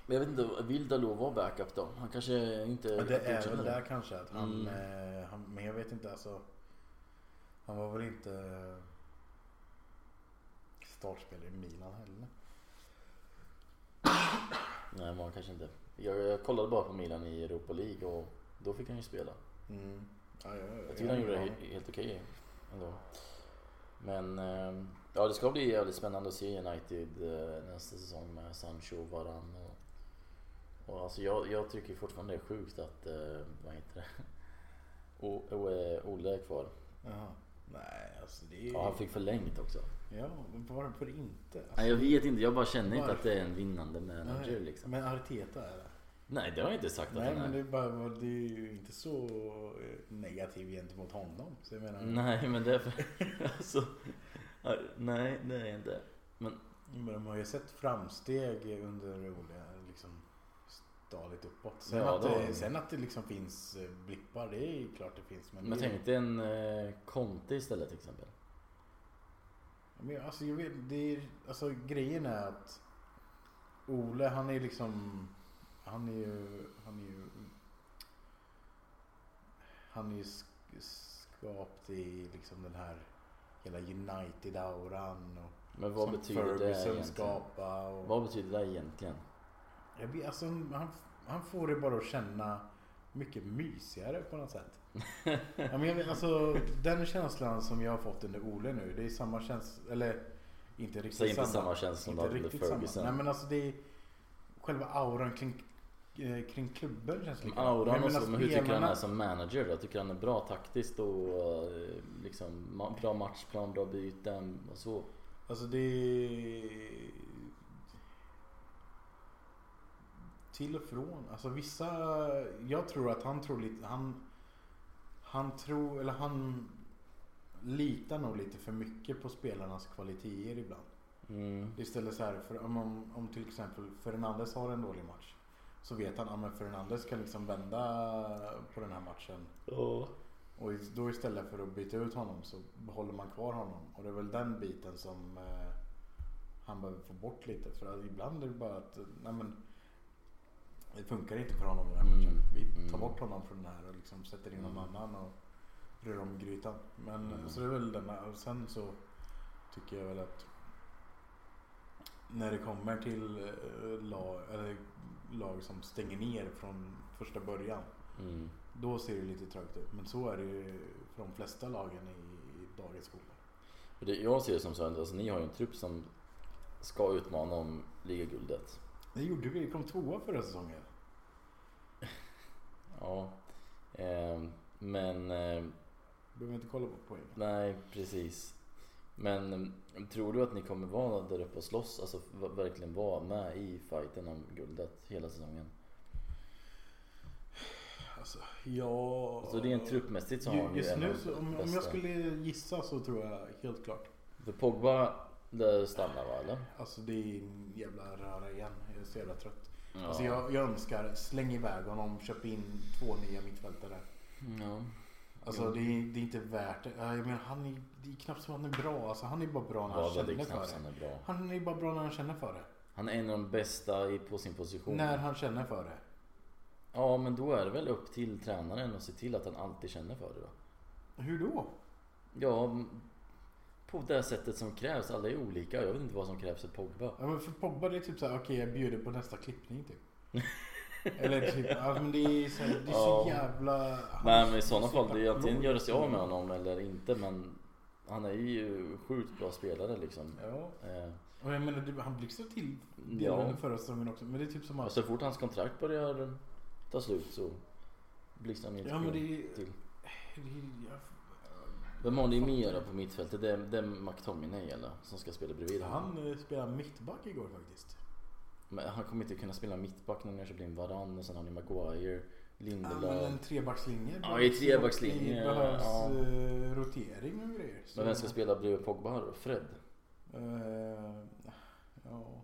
Speaker 2: Men jag vet inte, vill Dalot vara backup då? Han kanske inte...
Speaker 1: Ja, det är
Speaker 2: godkänner
Speaker 1: väl där kanske att han,
Speaker 2: Mm.
Speaker 1: eh, han, men jag vet inte alltså. Han var väl inte eh, startspelare i Milan heller.
Speaker 2: Nej, men han kanske inte. Jag, jag kollade bara på Milan i Europa League och då fick han ju spela.
Speaker 1: Mm. Ja,
Speaker 2: Jag tycker han gjorde det he- helt okej ändå. Men eh, ja, det ska bli jävligt spännande att se United eh, nästa säsong med Sancho, Varan och... och alltså jag, jag tycker fortfarande det är sjukt att, eh, vad heter det? O, o, eh, Olle är kvar.
Speaker 1: Jaha. Nej, alltså det är
Speaker 2: Ja, han fick förlängt också.
Speaker 1: Ja, men varför inte? Alltså,
Speaker 2: Nej, jag vet inte, jag bara känner inte
Speaker 1: Varför?
Speaker 2: att det är en vinnande manager
Speaker 1: nej.
Speaker 2: liksom.
Speaker 1: Alltså, Men Arteta är det.
Speaker 2: Nej, det har jag inte sagt att
Speaker 1: Nej,
Speaker 2: han är.
Speaker 1: men det är, bara, det är ju inte så eh, negativ gentemot honom. Så jag menar,
Speaker 2: Nej men det är [laughs] för... alltså... ja, Nej det är jag inte. Men
Speaker 1: Men de har ju sett framsteg under Ole, liksom stadigt uppåt. Sen,
Speaker 2: Ja,
Speaker 1: att,
Speaker 2: det har
Speaker 1: det,
Speaker 2: de.
Speaker 1: sen att det liksom finns eh, blippar, det är ju klart det finns. Men,
Speaker 2: men
Speaker 1: det,
Speaker 2: tänk dig en eh, Conte istället till exempel.
Speaker 1: men alltså, jag vet, det är, alltså grejen är att Ole han är liksom, han är ju, han är ju, han är ju sk- skapt i liksom den här hela United-auran och
Speaker 2: Men vad
Speaker 1: som
Speaker 2: betyder det
Speaker 1: Ferguson
Speaker 2: egentligen?
Speaker 1: skapade. Och...
Speaker 2: Vad betyder det egentligen?
Speaker 1: Jag blir, alltså, han, han får det bara att känna mycket mysigare på något
Speaker 2: [laughs]
Speaker 1: sätt. ja, men jag vet, alltså, den känslan som jag har fått under Ole nu, det är samma känsla, eller inte riktigt
Speaker 2: Säg inte
Speaker 1: samma.
Speaker 2: samma känsla som du
Speaker 1: inte
Speaker 2: hade under
Speaker 1: riktigt samma. Nej
Speaker 2: Ferguson.
Speaker 1: men alltså det är själva auran kring, eh, kring klubben känns
Speaker 2: Men
Speaker 1: likadan. Men alltså,
Speaker 2: Auran
Speaker 1: jag
Speaker 2: och
Speaker 1: menar
Speaker 2: så, men hur tycker han
Speaker 1: spelarna-
Speaker 2: är som manager då? Tycker han är bra taktiskt och eh, liksom ma- bra matchplan, bra byten och så?
Speaker 1: Alltså det är... Till och från. Alltså vissa... Jag tror att han tror lite... Han, han tror... Eller han litar nog lite för mycket på spelarnas kvaliteter ibland.
Speaker 2: Mm.
Speaker 1: Istället så här, för om, om, om till exempel Fernandes har en dålig match. Så vet han att Fernandes kan liksom vända på den här matchen.
Speaker 2: Ja.
Speaker 1: Och i- då istället för att byta ut honom så behåller man kvar honom. Och det är väl den biten som eh, han behöver få bort lite. För att ibland är det bara att nej men, det funkar inte för honom i den här
Speaker 2: Mm,
Speaker 1: matchen. Vi tar
Speaker 2: mm.
Speaker 1: bort honom från den här och liksom sätter in någon
Speaker 2: Mm.
Speaker 1: annan och rör om grytan. Men,
Speaker 2: Mm.
Speaker 1: Så det är väl den här. Och sen så tycker jag väl att när det kommer till eh, lag, eller lag som stänger ner från första början.
Speaker 2: Mm.
Speaker 1: Då ser det lite trögt ut. Men så är det ju för de flesta lagen i, i dagens fotboll.
Speaker 2: Och det, jag ser det som så här, alltså, ni har ju en trupp som ska utmana om ligaguldet.
Speaker 1: Det gjorde vi. Vi kom tvåa förra säsongen.
Speaker 2: Ja. Ehm, men eh,
Speaker 1: Behöver inte kolla på poängen.
Speaker 2: nej, precis. Men eh, tror du att ni kommer vara där uppe och slåss? Alltså v- verkligen vara med i fighten om guldet hela säsongen?
Speaker 1: Alltså, ja...
Speaker 2: Alltså det är en truppmässigt som har
Speaker 1: Ju-
Speaker 2: ni
Speaker 1: Just
Speaker 2: en
Speaker 1: nu,
Speaker 2: av
Speaker 1: så, om, om
Speaker 2: bästa.
Speaker 1: jag skulle gissa så tror jag helt klart.
Speaker 2: För Pogba, där stannar va eller?
Speaker 1: Alltså det är en jävla röra igen. Jag är så jävla trött.
Speaker 2: Ja.
Speaker 1: Alltså jag, jag önskar, släng iväg honom, köp in två nya mittfältare.
Speaker 2: ja.
Speaker 1: Alltså
Speaker 2: Jo.
Speaker 1: det, är, det är inte värt det. Ja, Jag menar, han är, det är knappt som att han är bra. Alltså han är bara bra när han
Speaker 2: Vad det
Speaker 1: känner
Speaker 2: knappt
Speaker 1: för det.
Speaker 2: han är bra.
Speaker 1: Han är bara bra när han känner för det.
Speaker 2: Han är en av de bästa i, på sin position.
Speaker 1: När han känner för det.
Speaker 2: Ja men då är det väl upp till tränaren att se till att han alltid känner för det då.
Speaker 1: Hur då?
Speaker 2: Ja, m- på det sättet som krävs. Alla är olika. Jag vet inte vad som krävs för Pogba.
Speaker 1: Ja, men för Pogba det är typ såhär, okej jag bjuder på nästa klippning typ. [laughs] Eller typ, ja men det är så, det är så
Speaker 2: Ja.
Speaker 1: jävla...
Speaker 2: Nej men i sådana fall, det är ju
Speaker 1: jävla
Speaker 2: antingen
Speaker 1: blod.
Speaker 2: göra sig av med honom eller inte. Men han är ju sjukt bra spelare liksom.
Speaker 1: Ja,
Speaker 2: Eh,
Speaker 1: och jag menar det- han blixtrade till
Speaker 2: Ja. Alltså,
Speaker 1: ja. förra säsongen också. Men det är typ som
Speaker 2: Och
Speaker 1: att...
Speaker 2: så fort hans kontrakt börjar ta slut så blixtrar han inte
Speaker 1: Ja men det
Speaker 2: till.
Speaker 1: är...
Speaker 2: till.
Speaker 1: Det är jag,
Speaker 2: Vem har ni mera på mittfältet? Det är, det är McTominay eller? Som ska spela bredvid honom.
Speaker 1: han eh, spelade mittback igår faktiskt.
Speaker 2: Men han kommer inte kunna spela mittback när ni har köpt in Varann och sen har ni Maguire.
Speaker 1: Ja, men
Speaker 2: Lindelöf.
Speaker 1: en trebackslinje.
Speaker 2: Ja, i trebackslinje,
Speaker 1: Det behövs
Speaker 2: ja.
Speaker 1: eh, rotering och grejer. Så-
Speaker 2: Men vem ska spela bredvid Pogba här då? Fred?
Speaker 1: Eh, ja,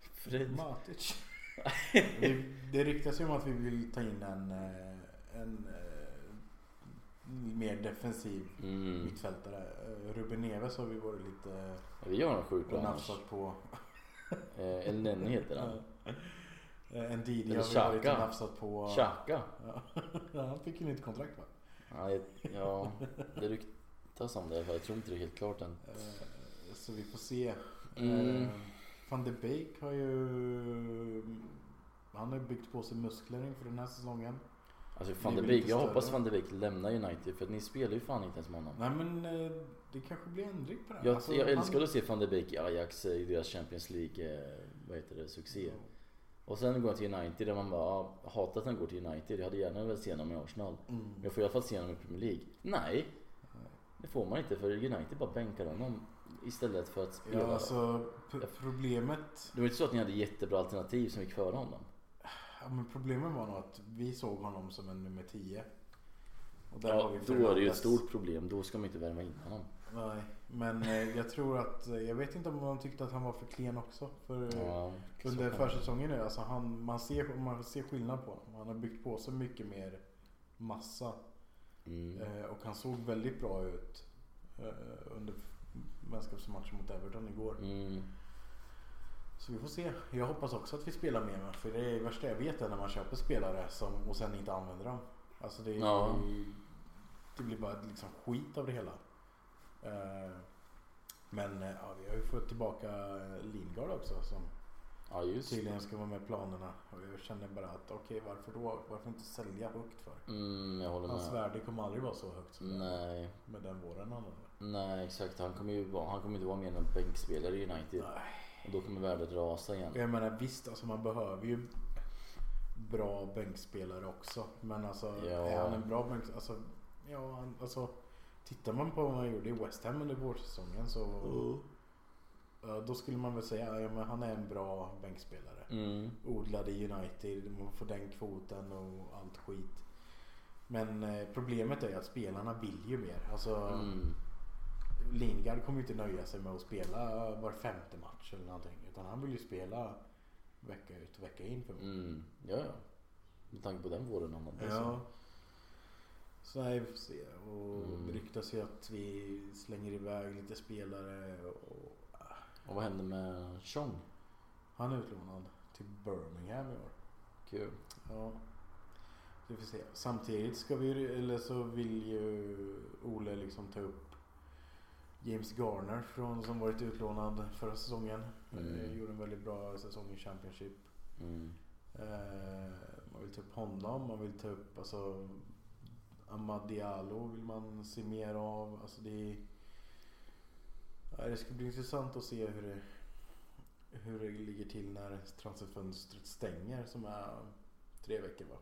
Speaker 2: Fred?
Speaker 1: Matic.
Speaker 2: [laughs]
Speaker 1: det, det ryktas ju om att vi vill ta in en, eh, en eh, mer defensiv
Speaker 2: Mm.
Speaker 1: mittfältare. Eh, Ruben Neves har vi varit lite
Speaker 2: Ja, Vi gör en sjuk
Speaker 1: och
Speaker 2: bra annars.
Speaker 1: nafsat på.
Speaker 2: Eh, El Nenni heter han.
Speaker 1: Eh, En Didi
Speaker 2: Eller
Speaker 1: har vi varit lite
Speaker 2: Xhaka.
Speaker 1: nafsat på.
Speaker 2: Xhaka.
Speaker 1: [laughs] Ja, han fick ju nytt kontrakt va?
Speaker 2: Ja, det- ja, det ryktas om det. för Jag tror inte det är helt klart än.
Speaker 1: Eh, Så vi får se.
Speaker 2: Mm.
Speaker 1: Eh, Van de Beek har ju... Han har ju byggt på sig muskler inför den här säsongen.
Speaker 2: Alltså
Speaker 1: Det
Speaker 2: van
Speaker 1: är
Speaker 2: de
Speaker 1: väl
Speaker 2: Beek,
Speaker 1: lite
Speaker 2: jag
Speaker 1: större.
Speaker 2: hoppas van de Beek lämnar United för att ni spelar ju fan inte ens med honom.
Speaker 1: Nej men eh, det kanske blir ändring på det här.
Speaker 2: Jag,
Speaker 1: Alltså,
Speaker 2: jag
Speaker 1: han-
Speaker 2: älskar att se van de Beek i Ajax eh, i deras Champions League, eh, vad heter det, succé. Och sen går han till United där man bara, ah, hatar att han går till United. Jag hade gärna velat se honom i Arsenal. Men
Speaker 1: Mm.
Speaker 2: jag får i alla fall se honom i Premier League. Nej, det får man inte för United bara bänkar honom istället för att spela.
Speaker 1: Ja, alltså p- problemet,
Speaker 2: Det var inte så att ni hade jättebra alternativ som gick före honom.
Speaker 1: ja, men problemet var nog att vi såg honom som en nummer 10. Och där har
Speaker 2: Ja,
Speaker 1: vi
Speaker 2: då är det ju
Speaker 1: Fernandes.
Speaker 2: ett stort problem. Då ska man inte värma in honom.
Speaker 1: Nej, men eh, jag tror att, eh, jag vet inte om de tyckte att han var för klen också. För, eh,
Speaker 2: Ja,
Speaker 1: Under
Speaker 2: så kan-
Speaker 1: försäsongen nu, alltså han, man, ser, man ser skillnad på honom. Han har byggt på sig mycket mer massa.
Speaker 2: Mm.
Speaker 1: Eh, och han såg väldigt bra ut eh, under vänskapsmatchen mot Everton igår.
Speaker 2: Mm.
Speaker 1: Så vi får se. Jag hoppas också att vi spelar mer men för det är det värsta jag vet är när man köper spelare som, och sen inte använder dem. Alltså det, är-
Speaker 2: Ja.
Speaker 1: det blir bara liksom skit av det hela. Eh, men eh, ja, vi har ju fått tillbaka eh, Lingard också som
Speaker 2: Ja, just det.
Speaker 1: tydligen ska vara med i planerna. Och jag känner bara att okej varför då? Varför inte sälja högt för?
Speaker 2: Mm, jag håller
Speaker 1: Hans
Speaker 2: med.
Speaker 1: värde kommer aldrig vara så högt som det är
Speaker 2: Nej,
Speaker 1: med den våren han hade.
Speaker 2: nej exakt. Han kommer ju vara, han kommer inte vara mer än en bänkspelare i United.
Speaker 1: Nej.
Speaker 2: Och då kommer värdet rasa igen.
Speaker 1: Och Jag menar visst, alltså man behöver ju bra bänkspelare också. Men alltså
Speaker 2: Ja.
Speaker 1: är han en bra bänkspelare? Alltså, ja, han, alltså, tittar man på vad han gjorde i West Ham under vårsäsongen så ja, då skulle man väl säga ja, men han är en bra bänkspelare.
Speaker 2: Mm.
Speaker 1: odlade i United, man får den kvoten och allt skit. Men eh, problemet är ju att spelarna vill ju mer. Alltså,
Speaker 2: Mm.
Speaker 1: Lingard kommer ju inte nöja sig med att spela var femte match eller någonting. Utan han vill ju spela vecka ut och vecka in för mig.
Speaker 2: Mm. Ja, ja. Med tanke på den våren han hade.
Speaker 1: Ja.
Speaker 2: så.
Speaker 1: Så nej, vi får se. Och
Speaker 2: Mm.
Speaker 1: det ryktas ju att vi slänger iväg lite spelare. Och...
Speaker 2: Och vad hände med Chong?
Speaker 1: Han är utlånad till Birmingham i år.
Speaker 2: Kul.
Speaker 1: Ja. Det får se. Samtidigt ska vi, eller så vill ju Ole liksom ta upp James Garner från, som varit utlånad förra säsongen.
Speaker 2: Mm.
Speaker 1: Eh, Gjorde en väldigt bra säsong i Championship.
Speaker 2: Mm.
Speaker 1: Eh, man vill ta upp honom, man vill ta upp alltså, Amad Diallo vill man se mer av. Alltså, det, är- ja, det ska bli intressant att se hur det, hur det ligger till när transferfönstret stänger som är tre veckor va?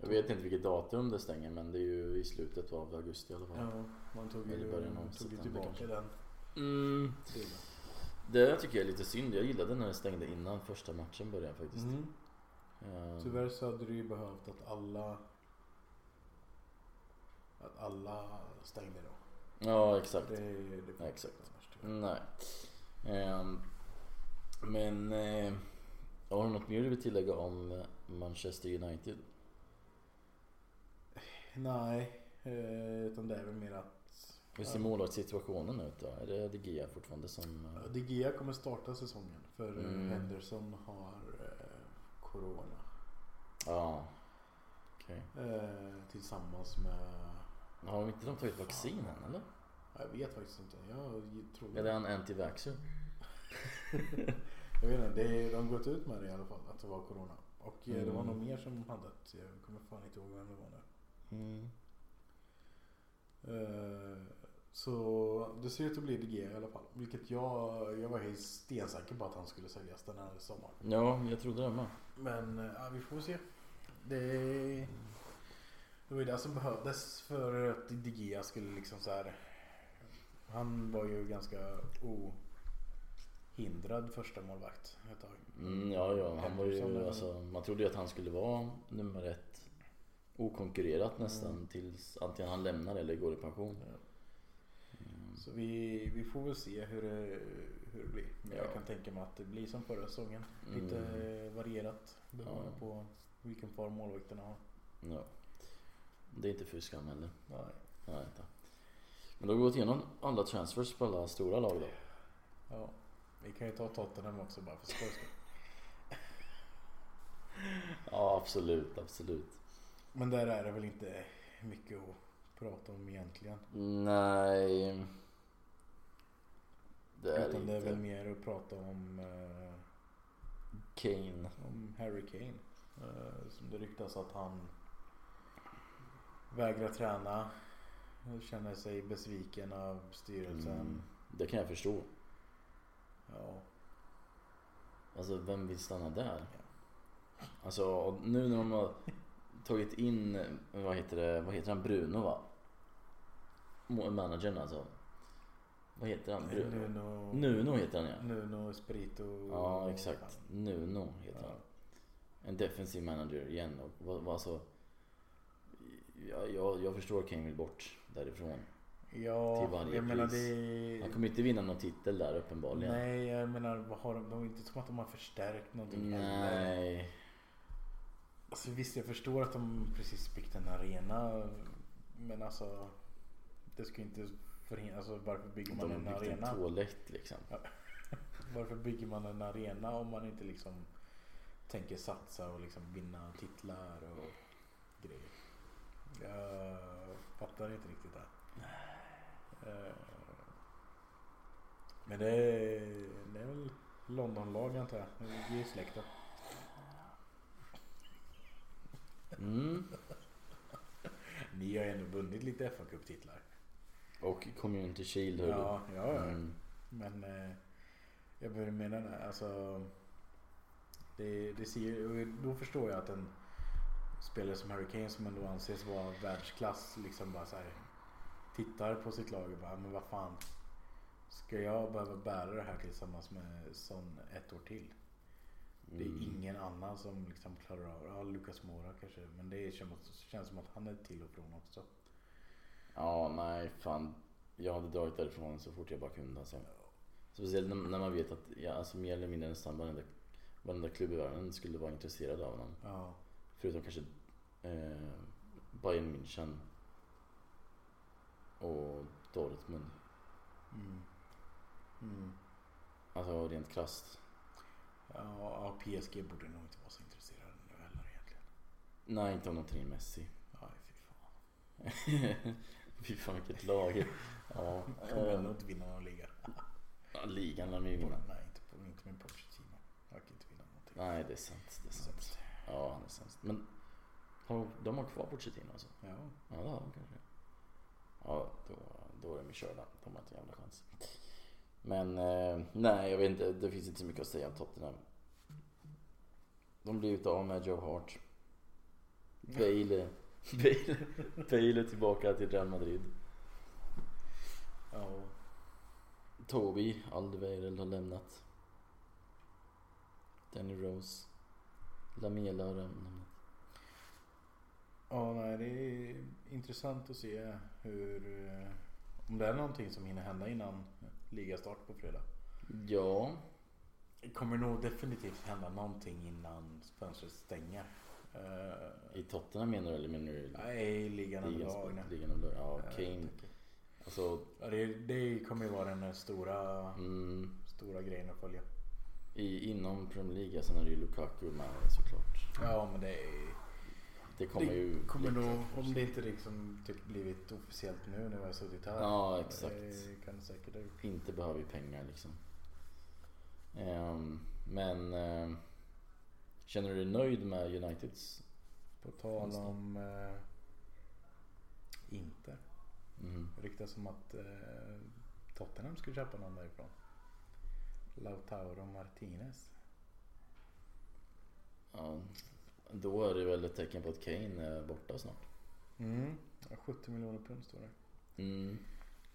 Speaker 2: Jag vet inte vilket datum det stänger men det är ju i slutet av augusti i alla fall.
Speaker 1: Ja, man tog
Speaker 2: Eller
Speaker 1: ju,
Speaker 2: början av
Speaker 1: tog ju
Speaker 2: september kanske.
Speaker 1: tillbaka den
Speaker 2: Mm.
Speaker 1: delen.
Speaker 2: Det tycker jag är lite synd. Jag gillade när det stängde innan första matchen började faktiskt.
Speaker 1: Mm.
Speaker 2: Ehm,
Speaker 1: Tyvärr så hade du ju behövt att alla att alla stängde då.
Speaker 2: Ja exakt.
Speaker 1: Det, är- det
Speaker 2: Ja, exakt. Mm.
Speaker 1: värsta.
Speaker 2: Nej. Ehm, men eh, har du något mer du vill tillägga om Manchester United?
Speaker 1: Nej, eh, utan det är väl mer att
Speaker 2: Hur ser
Speaker 1: Ja.
Speaker 2: målvaktssituationen ut då? Är det De Gea fortfarande som... eh,
Speaker 1: De Gea kommer starta säsongen för eh,
Speaker 2: Mm.
Speaker 1: Henderson har eh, corona.
Speaker 2: Ja. Okej.
Speaker 1: Eh, tillsammans med,
Speaker 2: Har de inte de tagit vaccin än eller?
Speaker 1: jag vet faktiskt inte, jag tror
Speaker 2: Eller är han anti-vaxxer?
Speaker 1: Jag vet inte, det, är- de har gått ut med det i alla fall att det var corona. Och eh, det var
Speaker 2: Mm.
Speaker 1: nog mer som hade det, så jag kommer fan inte ihåg vem det var nu.
Speaker 2: Mm.
Speaker 1: Eh, Så det ser ut att bli De Gea i alla fall. Vilket jag, jag var helt stensäker på att han skulle säljas den här sommaren.
Speaker 2: Ja, jag trodde det med.
Speaker 1: Men eh, ja, vi får se. Det, det var ju det som behövdes för att De Gea skulle liksom så här. Han var ju ganska o... hindrad första målvakt ett tag.
Speaker 2: Mm, ja, ja, han var
Speaker 1: Henderson
Speaker 2: ju,
Speaker 1: är-
Speaker 2: alltså, man trodde ju att han skulle vara nummer ett okonkurrerat nästan
Speaker 1: Mm.
Speaker 2: tills antingen han lämnar eller går i pension.
Speaker 1: Ja.
Speaker 2: Mm.
Speaker 1: eh, Så vi, vi får väl se hur det, hur det blir. Men
Speaker 2: Ja. Mm.
Speaker 1: jag kan tänka mig att det blir som förra säsongen. Lite eh, varierat beroende
Speaker 2: Ja.
Speaker 1: på vilken form målvakterna har.
Speaker 2: Ja. Det är inte fy skam heller.
Speaker 1: Nej.
Speaker 2: Nej, inte. Men då har vi gått igenom alla transfers på alla stora lag då.
Speaker 1: Ja. Vi kan ju ta Tottenham också bara för skojs skull.
Speaker 2: Ja, absolut, absolut.
Speaker 1: Men där är det väl inte mycket att prata om egentligen.
Speaker 2: Nej. Det är
Speaker 1: Utan det är
Speaker 2: inte.
Speaker 1: väl mer att prata om, eh,
Speaker 2: Kane.
Speaker 1: om Harry Kane. Eh, som det ryktas att han vägrar träna. Känner sig besviken av styrelsen.
Speaker 2: Mm, det kan jag förstå.
Speaker 1: Ja.
Speaker 2: Alltså vem vill stanna där?
Speaker 1: Ja.
Speaker 2: Alltså och nu när de har tagit in, vad heter det, vad heter han, Bruno va? Mo- Managern alltså. Vad heter han?
Speaker 1: Nuno,
Speaker 2: Bruno? Nuno heter han ja.
Speaker 1: Nuno Espirito.
Speaker 2: Ja exakt. Nuno heter
Speaker 1: Ja.
Speaker 2: han. En defensiv manager igen. Och, vad, vad, alltså, jag, jag, jag förstår Kane vill bort därifrån. Till
Speaker 1: Ja,
Speaker 2: varje
Speaker 1: jag menar
Speaker 2: pris.
Speaker 1: det...
Speaker 2: Han kommer inte vinna någon titel där uppenbarligen.
Speaker 1: Nej, jag menar vad har de? De är inte som att de har förstärkt någonting heller.
Speaker 2: Nej.
Speaker 1: Alltså visst, jag förstår att de precis byggt en arena. Men alltså. Det ska ju inte förhindra. Alltså varför bygger
Speaker 2: De
Speaker 1: man en
Speaker 2: har byggt
Speaker 1: arena?
Speaker 2: en toalett liksom.
Speaker 1: Varför bygger man en arena om man inte liksom tänker satsa och liksom vinna titlar och grejer? Jag fattar inte riktigt det. Eh, Men det är, det är väl Londonlag antar jag. Det ligger ju i släkten.
Speaker 2: Mm.
Speaker 1: Ni har ju ändå vunnit lite fa Cup-titlar.
Speaker 2: Och Community Shield hörde
Speaker 1: Ja, ja, ja.
Speaker 2: Mm.
Speaker 1: Men eh, jag börjar mena det. Alltså, det, det ser, och då förstår jag att en spelare som Harry Kane som ändå anses vara världsklass liksom bara så här, tittar på sitt lag och bara men vad fan. Ska jag behöva bära det här tillsammans med Son ett år till? Det är
Speaker 2: Mm.
Speaker 1: ingen annan som liksom klarar av det. Ja, Lucas Moura kanske. Men det känns, känns som att han är till och från också.
Speaker 2: Ja, nej fan. Jag hade dragit därifrån så fort jag bara kunde alltså. Speciellt när- när man vet att ja, alltså, mer eller mindre nästan varenda, varenda klubb i världen skulle vara intresserad av honom.
Speaker 1: Ja,
Speaker 2: Förutom kanske eh, Bayern München och Dortmund.
Speaker 1: mm. Mm.
Speaker 2: Alltså rent krasst.
Speaker 1: Ja, ja, PSG borde nog inte vara så intresserade nu heller egentligen.
Speaker 2: Nej, inte om de tar in Messi. [laughs]
Speaker 1: Ja, fy fan.
Speaker 2: Fy fan vilket lag. Ja,
Speaker 1: De kommer
Speaker 2: eh,
Speaker 1: ändå inte vinna någon liga.
Speaker 2: ja, ligan lär de ju vinna.
Speaker 1: Nej, inte, på, inte med Pochettino. Jag kan inte vinna någonting.
Speaker 2: Nej, det är sant. Det är sant.
Speaker 1: Sämst.
Speaker 2: Ja, han är sämst. Men har, de har kvar Pochettino alltså?
Speaker 1: Ja.
Speaker 2: Ja, det har de kanske. Ja, då, då är de ju körda. De har inte en jävla chans. Men eh, nej, jag vet inte. Det finns inte så mycket att säga om Tottenham. De blir utav med Joe Hart. Bale, [laughs] Bale, Bale är tillbaka till Real Madrid.
Speaker 1: Ja.
Speaker 2: Toby Alderweireld har lämnat. Danny Rose. Lamela har lämnat.
Speaker 1: ja, nej, det är intressant att se hur... eh, Om det är någonting som hinner hända innan ligastart på fredag.
Speaker 2: Ja,
Speaker 1: Det kommer nog definitivt hända någonting innan fönstret stänger. Eh,
Speaker 2: i Tottenham menar du eller menar du?
Speaker 1: Nej, ligan
Speaker 2: Ligan,
Speaker 1: överlag. nej.
Speaker 2: ligan överlag. Ja,
Speaker 1: Eh,
Speaker 2: Kane.
Speaker 1: tänker.
Speaker 2: Alltså,
Speaker 1: Ja, det, det kommer ju vara den stora
Speaker 2: mm,
Speaker 1: stora grejen att följa.
Speaker 2: i, inom Premier League sen är det ju Lukaku med såklart.
Speaker 1: Ja men det är...
Speaker 2: Det kommer ju...
Speaker 1: det kommer
Speaker 2: bli
Speaker 1: nog,
Speaker 2: klart först.
Speaker 1: om det inte liksom typ blivit officiellt nu när vi har suttit här.
Speaker 2: Ja, exakt.
Speaker 1: Det kan säkert ha gjort.
Speaker 2: Inte behöver ju pengar liksom. Ehm, men... ehm, känner du dig nöjd med Uniteds?
Speaker 1: På tal
Speaker 2: Finns det?
Speaker 1: om eh, Inter.
Speaker 2: Mhm.
Speaker 1: Det ryktas om att eh, Tottenham skulle köpa någon därifrån. Lautaro Martinez.
Speaker 2: Ja. Då är det väl ett tecken på att Kane är borta snart.
Speaker 1: Mm. ja, 70 miljoner pund står det.
Speaker 2: Mm.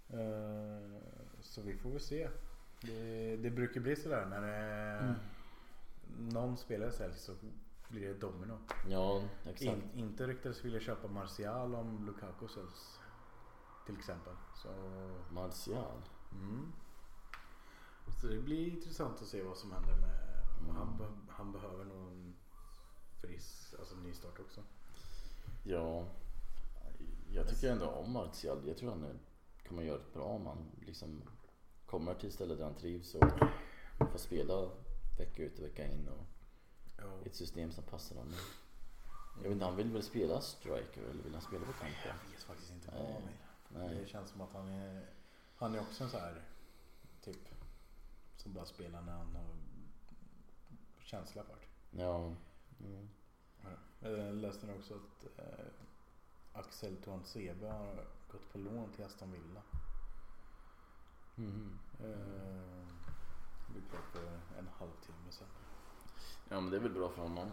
Speaker 1: Eh, så vi får väl se Det, det brukar bli sådär när det,
Speaker 2: Mm.
Speaker 1: någon spelare säljs så blir det domino.
Speaker 2: Ja, exakt.
Speaker 1: In, inte ryktades vilja köpa Martial om Lukaku säljs. Till exempel. Så,
Speaker 2: Martial.
Speaker 1: mm. så det blir intressant att se vad som händer med...
Speaker 2: Mm.
Speaker 1: Han, be- han behöver nog en frisk, alltså en nystart också.
Speaker 2: Ja, jag tycker ändå om Martial. Jag tror han är- kommer göra ett bra om han liksom kommer till stället där han trivs och får spela vecka ut och vecka in och i ett system som passar honom. Jag vet inte, han vill väl spela striker eller vill han spela på kanten?
Speaker 1: Jag vet faktiskt inte
Speaker 2: Nej.
Speaker 1: vad han är. Det
Speaker 2: Nej.
Speaker 1: känns som att han är, han är också en så här typ som bara spelar när han har känsla för det.
Speaker 2: Ja. Mm.
Speaker 1: Jag Eh, läste nu också att eh, Axel Thorn Sebe har gått på lån till Aston Villa.
Speaker 2: Mhm.
Speaker 1: Eh, vi pratade en halvtimme sedan.
Speaker 2: Ja men det är väl bra för honom.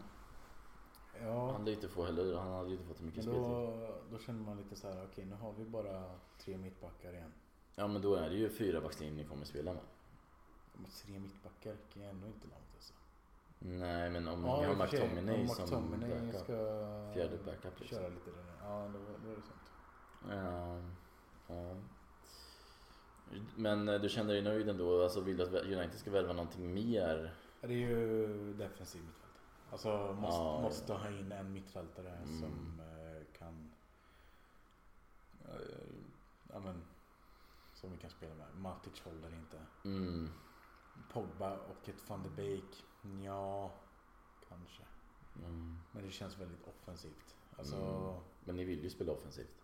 Speaker 1: Ja,
Speaker 2: Han lär inte få heller, han hade ju inte fått så mycket
Speaker 1: men
Speaker 2: speltid.
Speaker 1: då, då känner man lite så här, okej nu har vi bara tre mittbackar igen.
Speaker 2: Ja men då är det ju fyra backlinjer ni kommer spela med.
Speaker 1: Men Tre mittbackar räcker ju ändå inte långt alltså.
Speaker 2: Nej men om
Speaker 1: i
Speaker 2: ni har
Speaker 1: och för sig. Om
Speaker 2: McTominay som
Speaker 1: McTominay
Speaker 2: backup.
Speaker 1: ska
Speaker 2: Fjärde backup liksom.
Speaker 1: köra lite där. nere. Ja, då, då är det sant.
Speaker 2: Ja, ja. Men eh, du känner dig nöjd ändå? Alltså vill du att United ska värva någonting mer?
Speaker 1: Ja, Det är ju defensiv mittfältare. Alltså måste,
Speaker 2: Ja, ja.
Speaker 1: måste ha in en mittfältare
Speaker 2: Mm.
Speaker 1: som eh, kan... Eh, ja men... Som vi kan spela med. Matic håller inte.
Speaker 2: Mm,
Speaker 1: Pogba och ett van de Beek. Ja, kanske.
Speaker 2: mm.
Speaker 1: Men det känns väldigt offensivt. Alltså,
Speaker 2: Mm. Men ni vill ju spela offensivt.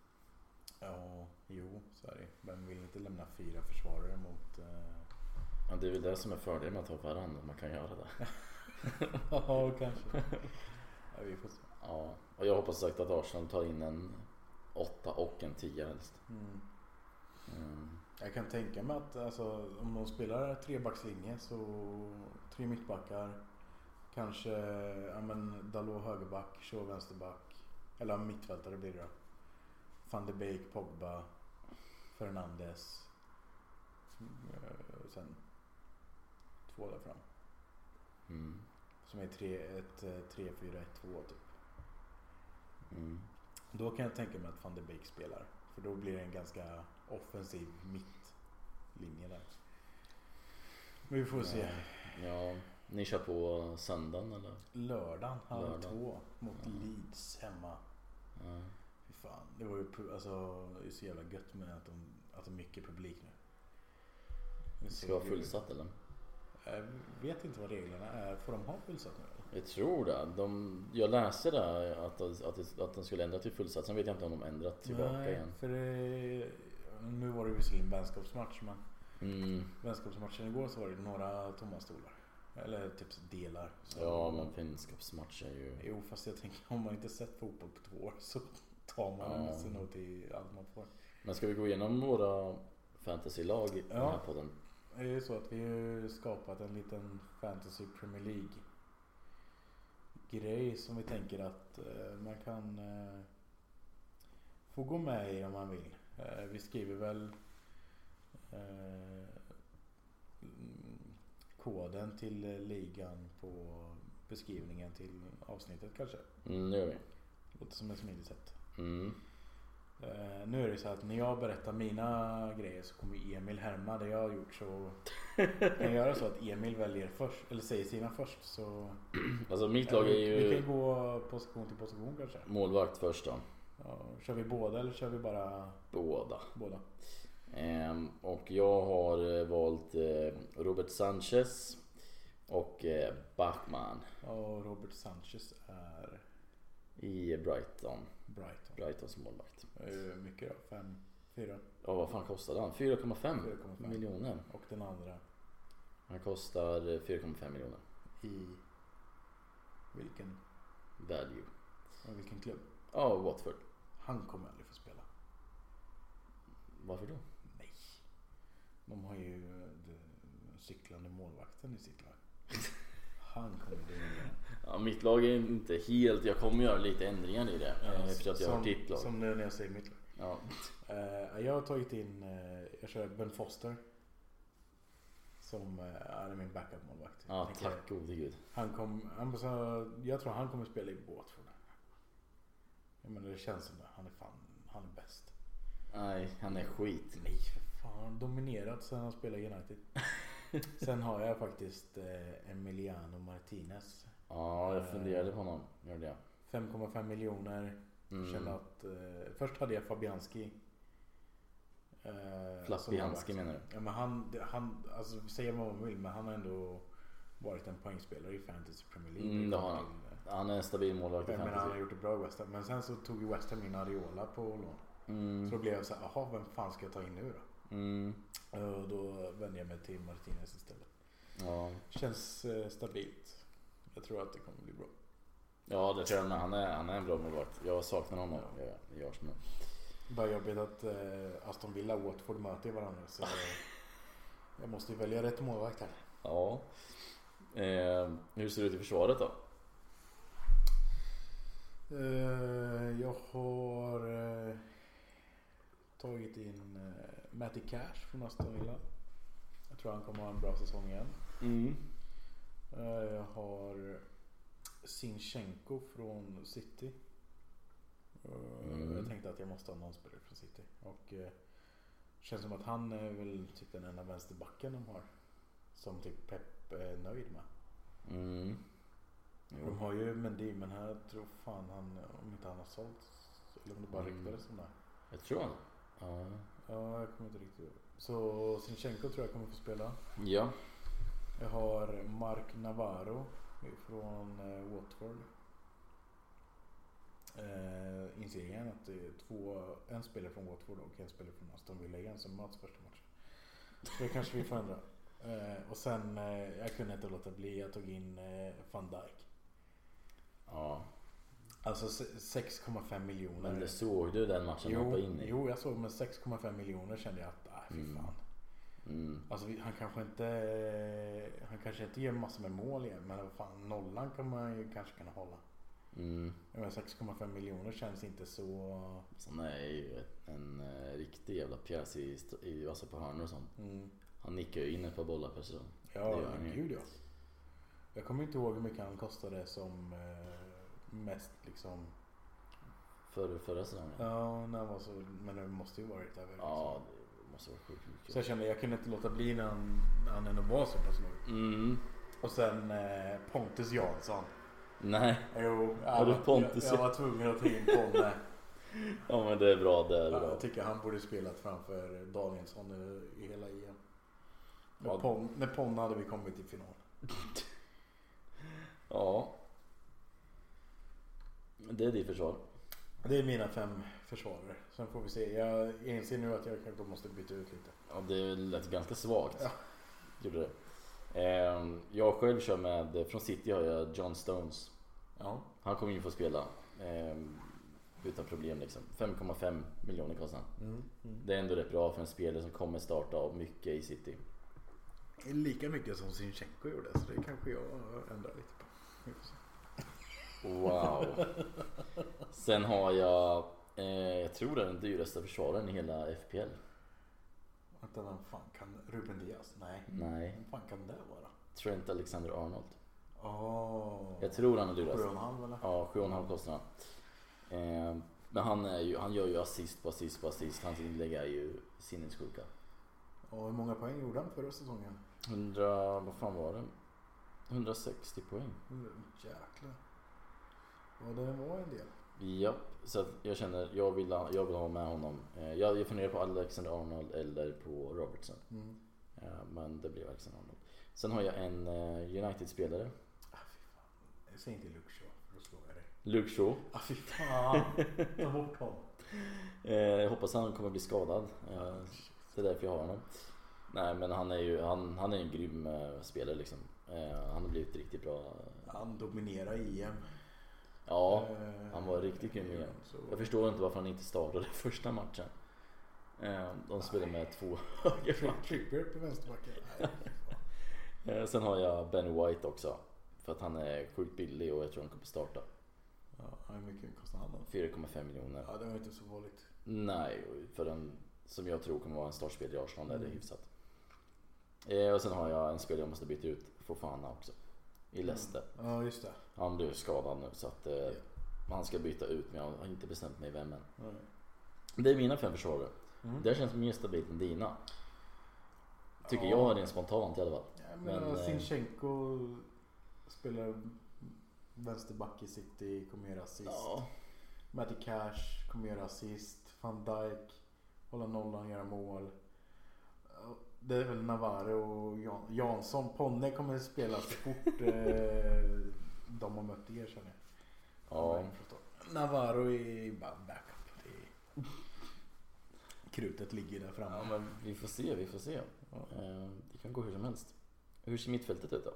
Speaker 1: ja, jo, så är det Vem vill inte lämna fyra försvarare mot... Eh, [laughs]
Speaker 2: Ja, det är väl det som är fördelen med att ha varandra, att man kan göra det.
Speaker 1: Ja,
Speaker 2: [laughs]
Speaker 1: kanske. Ja, vi får se.
Speaker 2: Ja. Och jag hoppas sagt att Arsenal tar in en åtta och en tia helst.
Speaker 1: Mm.
Speaker 2: Mm.
Speaker 1: Jag kan tänka mig att alltså, om de spelar trebackslinje så tre mittbackar. Kanske ja, men Dalot högerback, Shaw vänsterback. Eller mittfältare blir det då. Van de Beek, Pogba, Fernandes. Eh, Sen två där fram.
Speaker 2: Mm.
Speaker 1: Som är 3-4-1-2 typ.
Speaker 2: Mm.
Speaker 1: Då kan jag tänka mig att van de Beek spelar. För då blir det en ganska offensiv mittlinje där. Men vi får se.
Speaker 2: Ja, ni kör på söndagen eller?
Speaker 1: Lördagen halv
Speaker 2: Lördagen.
Speaker 1: två mot
Speaker 2: Ja.
Speaker 1: Leeds hemma.
Speaker 2: Ja.
Speaker 1: Fy fan. Det var ju pu- alltså, det är så jävla gött med att, de, att det är mycket publik nu. Det är så
Speaker 2: Ska vara
Speaker 1: kul.
Speaker 2: fullsatt eller?
Speaker 1: Jag vet inte vad reglerna är. Får de ha fullsatt nu? eller?
Speaker 2: Jag tror det. De, jag läste det att, att, det- att de skulle ändra till fullsatt. Sen vet jag inte om de ändrat tillbaka
Speaker 1: Nej,
Speaker 2: igen.
Speaker 1: För det, nu var det visserligen vänskapsmatch men
Speaker 2: Mm,
Speaker 1: vänskapsmatchen igår så var det några tomma stolar. Eller typ så delar. Så-
Speaker 2: ja, men vänskapsmatch är ju...
Speaker 1: Jo, fast jag tänker om man inte sett fotboll på två år så tar man
Speaker 2: Ja.
Speaker 1: den sig nog till allt man får.
Speaker 2: Men ska vi gå igenom våra fantasylag i den här
Speaker 1: Ja.
Speaker 2: podden?
Speaker 1: Det är ju så att vi har ju skapat en liten fantasy Premier League grej som vi tänker att eh, man kan eh, få gå med i om man vill. Eh, vi skriver väl eh, mm, koden till eh, ligan på beskrivningen till avsnittet kanske.
Speaker 2: Mm, nu gör vi.
Speaker 1: Låter som ett smidigt sätt.
Speaker 2: Mm,
Speaker 1: Eh, nu är det så att när jag berättar mina grejer så kommer Emil härma det jag har gjort så kan jag göra så att Emil väljer först, eller säger sina först så
Speaker 2: alltså mitt lag är
Speaker 1: Vi kan
Speaker 2: ju
Speaker 1: ju gå position till position kanske.
Speaker 2: målvakt först då.
Speaker 1: Ja, kör vi båda eller kör vi bara
Speaker 2: Båda.
Speaker 1: båda?
Speaker 2: Ehm, och jag har eh, valt eh, Robert Sanchez och eh, Bachman
Speaker 1: Ja, Och Robert Sanchez är
Speaker 2: i Brighton.
Speaker 1: Brighton.
Speaker 2: Brightons målvakt.
Speaker 1: Eh, mycket då? 5, 4,
Speaker 2: Ja, vad fan kostade han? 4,5
Speaker 1: 4,5
Speaker 2: miljoner.
Speaker 1: och den andra
Speaker 2: Han kostar 4,5 miljoner.
Speaker 1: i vilken,
Speaker 2: Value.
Speaker 1: och vilken klubb?
Speaker 2: Ja, Watford.
Speaker 1: Han kommer aldrig få spela.
Speaker 2: Varför då?
Speaker 1: Nej. De har ju den cyklande målvakten i sitt lag. Han kommer bli
Speaker 2: Ja, mitt lag är inte helt... Jag kommer göra lite ändringar i det. eh, Efter att jag har
Speaker 1: som,
Speaker 2: hört ditt lag.
Speaker 1: Som nu när jag säger mitt lag.
Speaker 2: Ja.
Speaker 1: Eh, jag har tagit in, eh, jag kör Ben Foster. Som som eh, han är min backup-målvakt.
Speaker 2: Ja,
Speaker 1: Jag tänker,
Speaker 2: tack gode gud.
Speaker 1: Han kom, han, sa- jag tror han kommer spela i Watford. Jag menar det känns som det. Han är fan, han är bäst.
Speaker 2: Nej, han är skit.
Speaker 1: Nej för fan, han har dominerat sen han spelade i
Speaker 2: [laughs]
Speaker 1: United. sen har jag faktiskt eh, Emiliano Martinez.
Speaker 2: Ja,
Speaker 1: Eh.
Speaker 2: jag funderade på honom. Gjorde jag.
Speaker 1: 5,5 miljoner.
Speaker 2: Mm.
Speaker 1: Kände att, eh, först hade jag Fabianski. Eh, som målvakt.
Speaker 2: Flappianski menar du?
Speaker 1: Ja, men han, det- han alltså, säga vad man vill men han har ändå varit en poängspelare i Fantasy Premier League.
Speaker 2: Mm, det har han. Han är en stabil målvakt i
Speaker 1: Jag menar han har
Speaker 2: fantasy.
Speaker 1: gjort det bra i West Ham. Men sen så tog ju West Ham in Ariola på lån. Så
Speaker 2: Mm.
Speaker 1: då blev jag så här, jaha vem fan ska jag ta in nu då?
Speaker 2: Mm.
Speaker 1: Och då vände jag mig till Martinez istället.
Speaker 2: Ja.
Speaker 1: Känns eh, stabilt. Jag tror att det kommer bli bra.
Speaker 2: ja, det tror jag med. Han är, han är en bra målvakt. Jag saknar honom. Jag, jag som
Speaker 1: Bara jobbigt att eh, Aston Villa och Watford möter varandra. [laughs] Så jag måste ju välja rätt målvakt här.
Speaker 2: Ja. Eh, hur ser det ut i försvaret då?
Speaker 1: Eh, jag har eh, tagit in eh, Matty Cash från Aston Villa. Jag tror han kommer ha en bra säsong igen.
Speaker 2: Mm.
Speaker 1: Eh, Jag har Sinchenko från City. Eh,
Speaker 2: Mm.
Speaker 1: Jag tänkte att jag måste ha någon spelare från City. Och eh, känns som att han är väl typ den enda vänsterbacken de har. Som typ Pep är nöjd med.
Speaker 2: Mm.
Speaker 1: De
Speaker 2: Jo.
Speaker 1: har ju Mendy men här tror fan han, om inte han har sålt. Eller om det bara
Speaker 2: Mm.
Speaker 1: ryktades om det.
Speaker 2: Jag tror han. Ja.
Speaker 1: Ja, jag kommer inte riktigt ihåg. Så Sinchenko tror jag kommer få spela.
Speaker 2: ja.
Speaker 1: Jag har Mark Navarro från eh, Watford. Eh, inser igen att det är två, en spelare från Watford och en spelare från Aston Villa igen som möts första matchen. Så det kanske vi får ändra. Eh, och sen, eh, jag kunde inte låta bli, jag tog in eh, van Dijk.
Speaker 2: Ja.
Speaker 1: Alltså se- 6,5 miljoner.
Speaker 2: Men det såg du den matchen han
Speaker 1: jo,
Speaker 2: hoppade in i?
Speaker 1: jo, jag såg men 6,5 miljoner kände jag att, nej fy
Speaker 2: Mm.
Speaker 1: fan.
Speaker 2: Mm.
Speaker 1: Alltså vi- han kanske inte eh, Han kanske inte gör massor med mål igen men vad fan nollan kan man ju kanske kunna hålla.
Speaker 2: Mm.
Speaker 1: Jag menar 6,5 miljoner känns inte så
Speaker 2: Sen är ju ett- en eh, riktig jävla pjäs i, st- i, alltså på hörnor och sånt.
Speaker 1: mm.
Speaker 2: Han nickar ju in ett par bollar per säsong. Det
Speaker 1: Ja
Speaker 2: gör han
Speaker 1: men
Speaker 2: ju.
Speaker 1: gud ja. Jag kommer inte ihåg hur mycket han kostade som eh, mest liksom.
Speaker 2: För, förra säsongen. Ja,
Speaker 1: Ja när han var så men det måste ju varit över. liksom.
Speaker 2: det måste vara sjukt
Speaker 1: Så jag
Speaker 2: mycket.
Speaker 1: kände jag kunde inte låta bli när han, när han ändå var så pass låg.
Speaker 2: Mm.
Speaker 1: Och sen eh, Pontus Jansson.
Speaker 2: Nej,
Speaker 1: Jo,
Speaker 2: du
Speaker 1: jag, jag,
Speaker 2: Pontus?
Speaker 1: jag var tvungen att ta in Ponne.
Speaker 2: ja men det är bra, det är
Speaker 1: Ja, jag
Speaker 2: bra.
Speaker 1: tycker han borde spelat framför Danielsson i- i hela EM. När,
Speaker 2: Ja.
Speaker 1: Pon, när Ponna hade vi kommit till final.
Speaker 2: Ja. Det är ditt försvar.
Speaker 1: Det är mina fem försvarare. Sen får vi se. Jag inser nu att jag kanske måste byta ut lite.
Speaker 2: Ja, det lät ganska svagt.
Speaker 1: Ja.
Speaker 2: Gjorde det. Ehm, Jag själv kör med, från City har jag John Stones.
Speaker 1: Ja.
Speaker 2: Han kommer ju få spela. ehm, Utan problem liksom. 5,5 miljoner kostar han.
Speaker 1: Mm. Mm.
Speaker 2: Det är ändå rätt bra för en spelare som kommer starta av mycket i City.
Speaker 1: Det är Lika mycket som Sinchenko gjorde så det kanske jag ändrar lite på. Vi får se.
Speaker 2: Wow. Sen har jag, eh, jag tror det är den dyraste försvararen i hela FPL.
Speaker 1: Vänta, vem fan kan Ruben Diaz? Nej.
Speaker 2: Nej,
Speaker 1: Vem fan kan det vara?
Speaker 2: Trent Alexander-Arnold.
Speaker 1: Åh.
Speaker 2: Jag tror han är dyrast.
Speaker 1: Brun Halm eller?
Speaker 2: Ja, 7,5 kostar han. Eh, men han, är ju, han gör ju assist på assist på assist. Hans inlägg är ju sinnessjuka.
Speaker 1: Och hur många poäng gjorde han förra säsongen?
Speaker 2: 100, vad fan var det? 160 poäng.
Speaker 1: Mm, Jäklar. Ja, det var en del.
Speaker 2: Japp, så att jag känner, jag vill, ha- jag vill ha med honom. Eh, jag, jag funderar på Alexander-Arnold eller på Robertson.
Speaker 1: Mm.
Speaker 2: Eh, men det blev Alexander-Arnold. Sen har jag en eh, United-spelare.
Speaker 1: Ah, fy fan. Säg inte Luke Shaw, för då slår jag dig.
Speaker 2: Luke Shaw.
Speaker 1: Ah, fy fan. Ta bort honom. [laughs]
Speaker 2: Eh, jag hoppas han kommer bli skadad. Eh, det är därför jag har honom. Nej men han är ju han, han är en grym eh, spelare liksom. Eh, han har blivit riktigt bra.
Speaker 1: Han dominerar EM.
Speaker 2: Ja,
Speaker 1: Eh,
Speaker 2: han var riktigt grym i EM.
Speaker 1: Så...
Speaker 2: jag förstår inte varför han inte startade [laughs] första matchen. Eh, de spelar med två högerback.
Speaker 1: Tripper på vänsterbacken. Nej, fy fan.
Speaker 2: Eh, sen har jag Benny White också. För att han är sjukt billig och jag tror han kommer starta.
Speaker 1: Ja, hur mycket kostar han då?
Speaker 2: 4,5 miljoner.
Speaker 1: Ja, det var inte så farligt.
Speaker 2: Nej, för den som jag tror kommer vara en startspelare i Arsenal är det
Speaker 1: Mm.
Speaker 2: hyfsat. Eh, och sen har jag en spelare jag måste byta ut, Fofana också. I Leicester.
Speaker 1: Mm. Ja, just det.
Speaker 2: Han blev skadad nu så att eh,
Speaker 1: Ja.
Speaker 2: han ska byta ut men jag har inte bestämt mig vem än.
Speaker 1: Ja.
Speaker 2: Det är mina fem försvarare.
Speaker 1: Mm.
Speaker 2: Det här känns mer stabilt än dina. Tycker
Speaker 1: Ja.
Speaker 2: jag rent spontant i alla fall.
Speaker 1: Jag
Speaker 2: Men,
Speaker 1: menar,
Speaker 2: eh,
Speaker 1: Sinchenko spelar vänsterback i City, kommer göra assist.
Speaker 2: Ja.
Speaker 1: Matty Cash kommer göra assist. Van Dijk hålla nollan, göra mål. Det är väl Navarro och Jan- Jansson. Ponne kommer spela så fort
Speaker 2: [laughs]
Speaker 1: eh, de har mött er känner jag.
Speaker 2: ja.
Speaker 1: Navarro är bara backup. Det är... Krutet ligger där framme.
Speaker 2: Ja men vi får se, vi får se.
Speaker 1: Ja.
Speaker 2: Eh, Det kan gå hur som helst. Hur ser mittfältet ut då?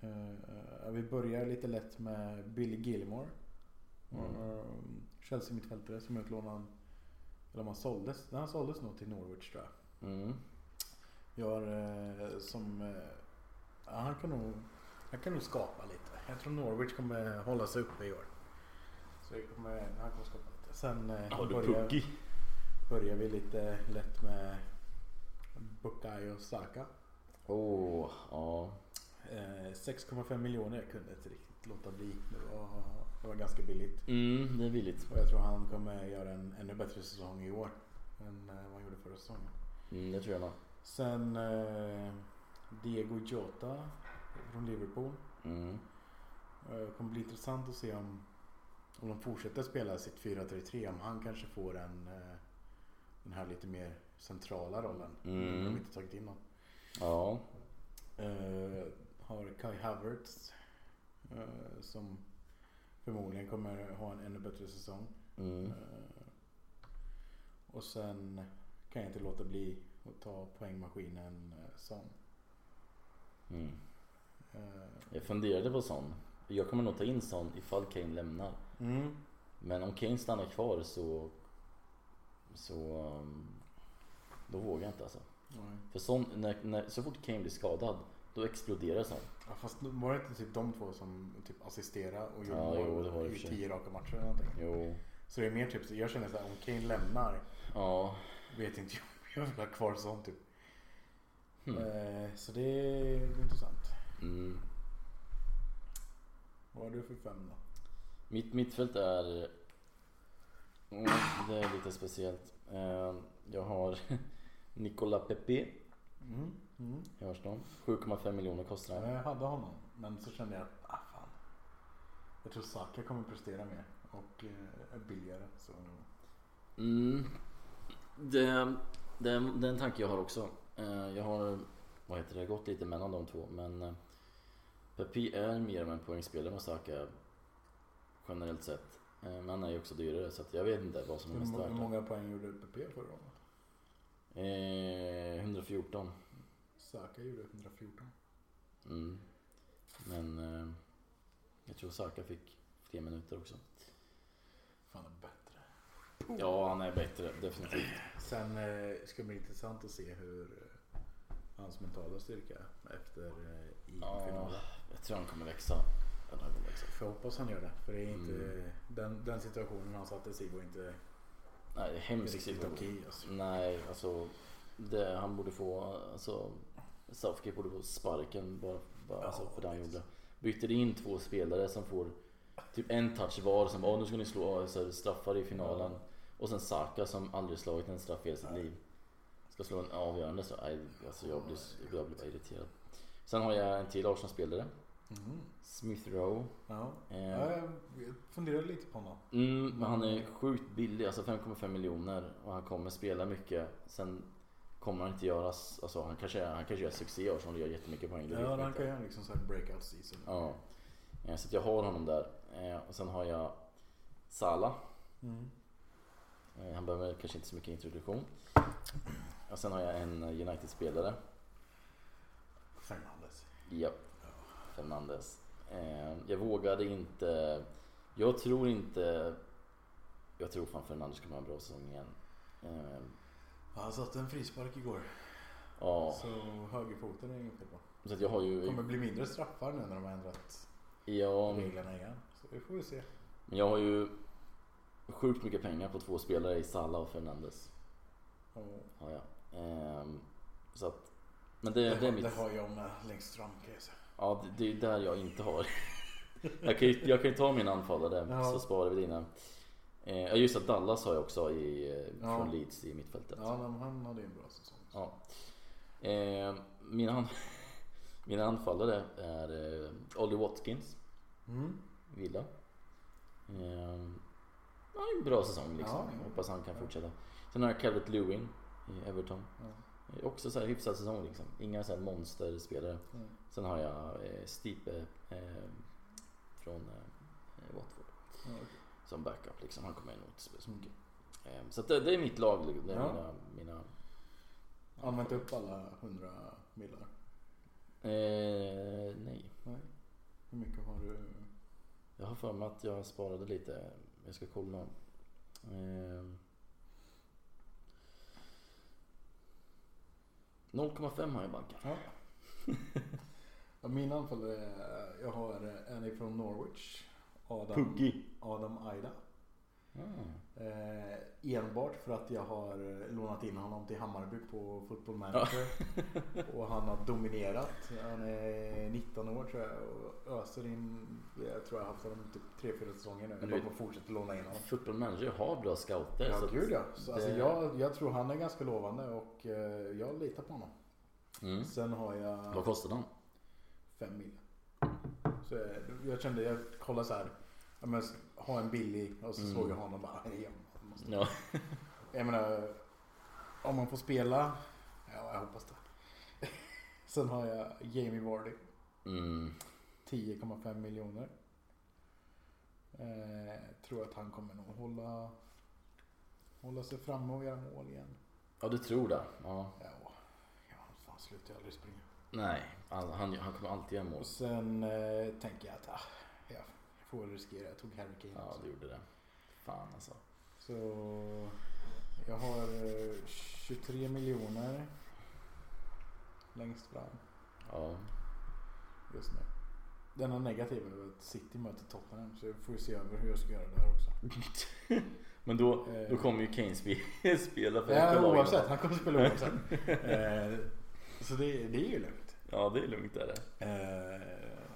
Speaker 1: Eh, vi börjar lite lätt med Billy Gilmore.
Speaker 2: Mm.
Speaker 1: Eh, Chelsea mittfältare som utlånade. Eller om han såldes. Nej, han såldes nog till Norwich tror jag.
Speaker 2: Mm.
Speaker 1: Jag har eh, som... Eh, ja, han, kan nog, han kan nog skapa lite. Jag tror Norwich kommer hålla sig uppe i år. Så det kommer, han kommer skapa lite. Sen eh,
Speaker 2: Har du
Speaker 1: börjar,
Speaker 2: Pukki?
Speaker 1: börjar vi lite lätt med Bukayo Saka.
Speaker 2: Åh, ja.
Speaker 1: Eh, 6,5 miljoner jag kunde inte riktigt låta bli. Det var, det var ganska billigt.
Speaker 2: Mm, det är billigt.
Speaker 1: Och jag tror han kommer göra en ännu bättre säsong i år än eh, vad han gjorde förra säsongen.
Speaker 2: Mm, det tror jag nog.
Speaker 1: Sen eh, Diego Jota från Liverpool.
Speaker 2: Mm.
Speaker 1: Eh, Det kommer bli intressant att se om, om de fortsätter spela sitt 4-3-3. Om han kanske får en, eh, den här lite mer centrala rollen.
Speaker 2: Mm.
Speaker 1: De har inte tagit in någon.
Speaker 2: Ja.
Speaker 1: Eh, har Kai Havertz. eh, som förmodligen kommer ha en ännu bättre säsong.
Speaker 2: Mm.
Speaker 1: Eh, och sen kan jag inte låta bli att ta poängmaskinen eh, Son.
Speaker 2: Mm.
Speaker 1: Eh,
Speaker 2: Jag funderade på sån. Jag kommer nog ta in sån ifall Kane lämnar.
Speaker 1: mm.
Speaker 2: Men om Kane stannar kvar så... Så... um, Då vågar jag inte alltså.
Speaker 1: Nej.
Speaker 2: För sån, när, när, så fort Kane blir skadad, då exploderar sån.
Speaker 1: Ja, fast var det inte typ de två som typ assisterade och gjorde
Speaker 2: Ja, jo,
Speaker 1: mål
Speaker 2: det var det i och
Speaker 1: i
Speaker 2: för sig.
Speaker 1: tio raka matcher eller någonting?
Speaker 2: Jo.
Speaker 1: Så det är mer typ, så jag känner såhär om Kane lämnar
Speaker 2: Ja.
Speaker 1: vet inte [laughs] jag om jag vill ha kvar sånt typ.
Speaker 2: Hmm.
Speaker 1: Eh, Så det är intressant.
Speaker 2: Mm.
Speaker 1: Vad har du för fem då?
Speaker 2: Mitt mittfält är... Mm, det är lite speciellt. Eh, Jag har [laughs] Nicola Pepe.
Speaker 1: Mm. Mm.
Speaker 2: Hörs de? 7,5 miljoner kostar han.
Speaker 1: Jag hade honom men så kände jag att ah, fan. Jag tror Saka kommer prestera mer och eh, är billigare. Så.
Speaker 2: Mm. Det, det, det är en tanke jag har också. Eh, Jag har vad heter det, gått lite mellan de två men eh, Pepe är mer av en poängspelare med Saka generellt sett. Eh, Men han är ju också dyrare så att jag vet inte vad som är
Speaker 1: Hur,
Speaker 2: mest
Speaker 1: må- hur
Speaker 2: värt.
Speaker 1: många poäng gjorde PP förra året?
Speaker 2: Eh, 114.
Speaker 1: Saka gjorde 114.
Speaker 2: Mm. Men eh, jag tror Saka fick fler minuter också.
Speaker 1: Fan det är bättre. Oh.
Speaker 2: Ja, han är bättre definitivt.
Speaker 1: Sen eh, ska det bli intressant att se hur eh, hans mentala styrka är efter eh,
Speaker 2: Ja,
Speaker 1: EM-finalen.
Speaker 2: jag tror han kommer växa. Jag tror han kommer växa.
Speaker 1: Får hoppas han gör det. För det är inte,
Speaker 2: Mm.
Speaker 1: den, den situationen han sattes i var inte
Speaker 2: Nej, det är hemskt
Speaker 1: riktigt
Speaker 2: situation.
Speaker 1: okej. Alltså.
Speaker 2: Nej, alltså. Det, han borde få, alltså. Southgate borde få sparken bara, bara
Speaker 1: Ja,
Speaker 2: alltså, för det han
Speaker 1: precis.
Speaker 2: gjorde. Byter in två spelare som får typ en touch var som bara, "Åh, nu ska ni slå så här, straffar i finalen. Och sen Saka som aldrig slagit en straff i hela sitt
Speaker 1: Nej.
Speaker 2: liv. Ska slå en avgörande så nej, alltså jag blir, jag blir bara irriterad. Sen har jag en till Arsenal-spelare.
Speaker 1: Mhm.
Speaker 2: Smith Rowe.
Speaker 1: Ja.
Speaker 2: Eh,
Speaker 1: Ja, jag funderade lite på honom.
Speaker 2: Mm, men han är sjukt billig, alltså 5,5 miljoner och han kommer spela mycket. Sen kommer han inte göra, s- alltså han kanske, han kanske gör succé i år som gör jättemycket poäng. det vet
Speaker 1: Ja,
Speaker 2: jag
Speaker 1: han
Speaker 2: inte.
Speaker 1: kan göra liksom så här breakout season.
Speaker 2: ja. Eh, Så att jag har honom där. Eh, Och sen har jag Sala.
Speaker 1: Mm.
Speaker 2: Eh, Han behöver kanske inte så mycket introduktion. Och sen har jag en United-spelare.
Speaker 1: Fernandes.
Speaker 2: Japp. Fernandes. Eh, Jag vågade inte. Jag tror inte. Jag tror fan Fernandes kommer ha en bra säsong igen. Eh,
Speaker 1: Ja, Han satte en frispark igår.
Speaker 2: Ja.
Speaker 1: Så högerfoten är inget fel på.
Speaker 2: Så att jag har ju...
Speaker 1: Kommer bli mindre straffar nu när de har ändrat
Speaker 2: Ja,
Speaker 1: reglerna igen. Så det får vi se.
Speaker 2: men jag har ju sjukt mycket pengar på två spelare i Salah och Fernandes.
Speaker 1: Och
Speaker 2: Har jag. Ehm, Så att, men det, det är mitt...
Speaker 1: det har jag med längst fram kan jag säga.
Speaker 2: Ja, det, det är där jag inte har. [laughs] Jag kan ju, jag kan ju ta min anfallare
Speaker 1: Ja.
Speaker 2: så sparar vi dina. Eh, ja, just att Dallas har jag också i, eh,
Speaker 1: Ja.
Speaker 2: från Leeds i mittfältet.
Speaker 1: Ja, men han hade ju en bra säsong.
Speaker 2: Ja. Eh, mina, an- [laughs] mina anfallare är eh, Ollie Watkins,
Speaker 1: Mm.
Speaker 2: Villa. Eh, ja, en bra säsong liksom.
Speaker 1: Ja, ja.
Speaker 2: Jag hoppas han kan fortsätta. Sen har jag Calvert Lewin i Everton.
Speaker 1: Ja.
Speaker 2: Eh, Också så här hyfsad säsong liksom. Inga så här monsterspelare.
Speaker 1: Mm.
Speaker 2: Sen har jag eh, Stipe eh, från eh, Watford
Speaker 1: Ja, okej.
Speaker 2: som backup liksom. Han kommer nog inte spela så mycket. Eh, så att det, det är mitt lag. liksom. Det är
Speaker 1: Ja.
Speaker 2: mina, mina
Speaker 1: Använt upp alla 100 millar?
Speaker 2: Eh, nej.
Speaker 1: Nej. Hur mycket har du?
Speaker 2: Jag har för mig att jag sparade lite. Jag ska kolla. Eh, 0,5 har jag bankat.
Speaker 1: Ja. [laughs] ja, min anfallare, jag har eh, en ifrån Norwich. Adam,
Speaker 2: Puggy.
Speaker 1: Adam Aida.
Speaker 2: Mm.
Speaker 1: Eh, enbart för att jag har eh, lånat in honom till Hammarby på Football Manager.
Speaker 2: [laughs]
Speaker 1: och han har dominerat. Han är 19 år tror jag och öser in. Jag tror jag har haft honom typ 3-4 säsonger nu.
Speaker 2: Men
Speaker 1: Jag
Speaker 2: du-
Speaker 1: bara fortsätter låna in honom.
Speaker 2: Football manager har bra scouter.
Speaker 1: Ja,
Speaker 2: så att-
Speaker 1: gud ja. Så, alltså,
Speaker 2: det-
Speaker 1: jag, jag tror han är ganska lovande och eh, jag litar på honom.
Speaker 2: Mm.
Speaker 1: Sen har
Speaker 2: Vad
Speaker 1: jag
Speaker 2: kostade han?
Speaker 1: fem mil. Så jag- jag kände, jag kollade så här. Ja, men, ha en billig och så
Speaker 2: Mm.
Speaker 1: såg jag honom och bara. "Nej, jag måste
Speaker 2: Ja.
Speaker 1: Jag menar, om man får spela. Ja, jag hoppas det. [laughs] Sen har jag Jamie Vardy.
Speaker 2: Mm.
Speaker 1: 10,5 miljoner. Eh, tror att han kommer nog hålla, hålla sig framme och göra mål igen.
Speaker 2: ja, du tror det. Ja.
Speaker 1: Ja, ja fan slutar jag aldrig springa.
Speaker 2: Nej, han, han, han kommer alltid göra mål.
Speaker 1: Och sen eh, tänker jag att ah, ja, jag får väl riskera. Jag tog Harry Kane
Speaker 2: Ja,
Speaker 1: också.
Speaker 2: du gjorde det. Fan alltså.
Speaker 1: Så jag har eh, 23 miljoner längst fram.
Speaker 2: Ja.
Speaker 1: just nu. Det enda negativa är att City möter Tottenham så jag får ju se över hur jag ska göra där också.
Speaker 2: Men då,
Speaker 1: Eh.
Speaker 2: då kommer ju Kane spe- [laughs] spela för
Speaker 1: Ja,
Speaker 2: detta lag.
Speaker 1: oavsett, han kommer spela oavsett. [laughs] eh, så det, det är ju lugnt.
Speaker 2: Ja, det är lugnt är det.
Speaker 1: Eh,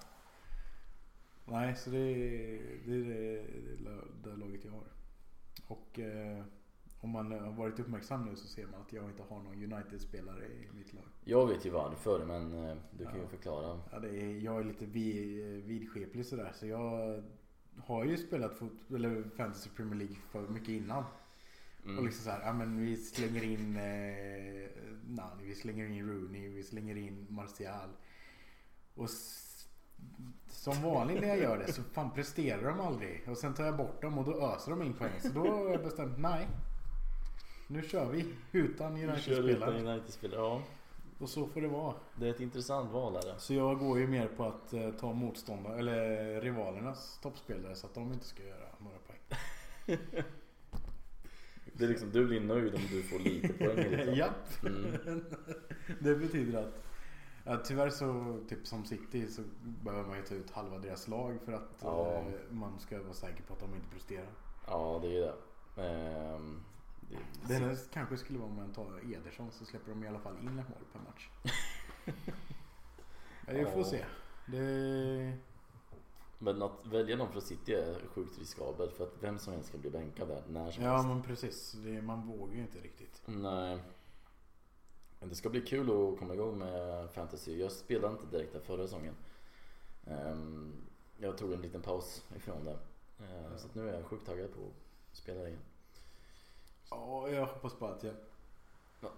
Speaker 1: nej, så det, är- det är det, det, är det laget jag har. Och eh, om man har varit uppmärksam nu så ser man att jag inte har någon United-spelare i mitt lag.
Speaker 2: Jag vet ju varför men eh, du kan ju
Speaker 1: Ja.
Speaker 2: förklara.
Speaker 1: Ja, det är, jag är lite vi, vidskeplig sådär så jag har ju spelat fot, eller Fantasy Premier League för mycket innan.
Speaker 2: Mm.
Speaker 1: Och liksom så här, ja men vi slänger in eh, Nani, vi slänger in Rooney, vi slänger in Martial. Och s- som vanligt när jag gör det så fan presterar de aldrig. Och sen tar jag bort dem och då öser de in poäng. Så då har jag bestämt, nej. Nu kör vi utan
Speaker 2: Du kör utan
Speaker 1: United-spelare.
Speaker 2: United-spelare. Ja,
Speaker 1: Och så får det vara.
Speaker 2: det är ett intressant val här. alltså.
Speaker 1: Så jag går ju mer på att eh, ta motståndare, eller rivalernas toppspelare så att de inte ska göra några poäng.
Speaker 2: [laughs] Det är liksom, du blir nöjd om du får lite [laughs] poäng. Liksom.
Speaker 1: Japp.
Speaker 2: Mm.
Speaker 1: Det betyder att, att tyvärr så, typ som City så behöver man ju ta ut halva deras lag för att
Speaker 2: Ja.
Speaker 1: eh, man ska vara säker på att de inte presterar.
Speaker 2: Ja, det är ju det. Ehm, det,
Speaker 1: Det enda kanske skulle vara om man tar Ederson så släpper de i alla fall in ett mål per
Speaker 2: [laughs]
Speaker 1: match. Ja, Vi får
Speaker 2: Ja.
Speaker 1: se. Det...
Speaker 2: Men att välja någon från City är sjukt riskabelt för att vem som helst kan bli bänkad där när som
Speaker 1: Ja
Speaker 2: helst.
Speaker 1: men precis, det, man vågar ju inte riktigt.
Speaker 2: Nej. Men det ska bli kul att komma igång med fantasy. Jag spelade inte direkt där förra säsongen. Ehm, jag tog en liten paus ifrån det. Ehm,
Speaker 1: Ja.
Speaker 2: Så att nu är jag sjukt taggad på att spela igen.
Speaker 1: Ja, jag hoppas bara att jag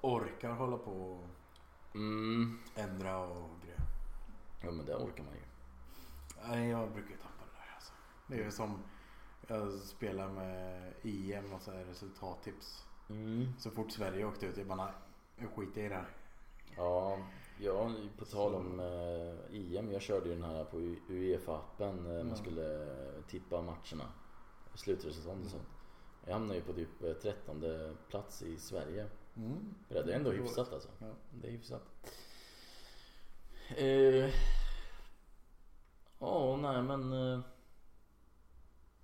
Speaker 1: orkar hålla på och
Speaker 2: Mm.
Speaker 1: ändra och grejer.
Speaker 2: Ja men det orkar man ju.
Speaker 1: Nej, jag brukar ju tappa det där alltså. Det är ju som jag spelar med IM och så här resultattips. Så fort Sverige åkte ut, jag bara nej, jag skiter i det här.
Speaker 2: Ja, ja, på tal om eh, IM. Jag körde ju den här på U- Uefa-appen. Eh,
Speaker 1: Ja.
Speaker 2: Man skulle tippa matcherna. Slutresultat
Speaker 1: Mm.
Speaker 2: och sånt. Jag hamnade ju på typ eh, 13 plats i Sverige.
Speaker 1: Mm.
Speaker 2: Det är ändå
Speaker 1: Dåligt.
Speaker 2: hyfsat alltså.
Speaker 1: Ja.
Speaker 2: Det är hyfsat. Eh, Ja, nej men. Eh,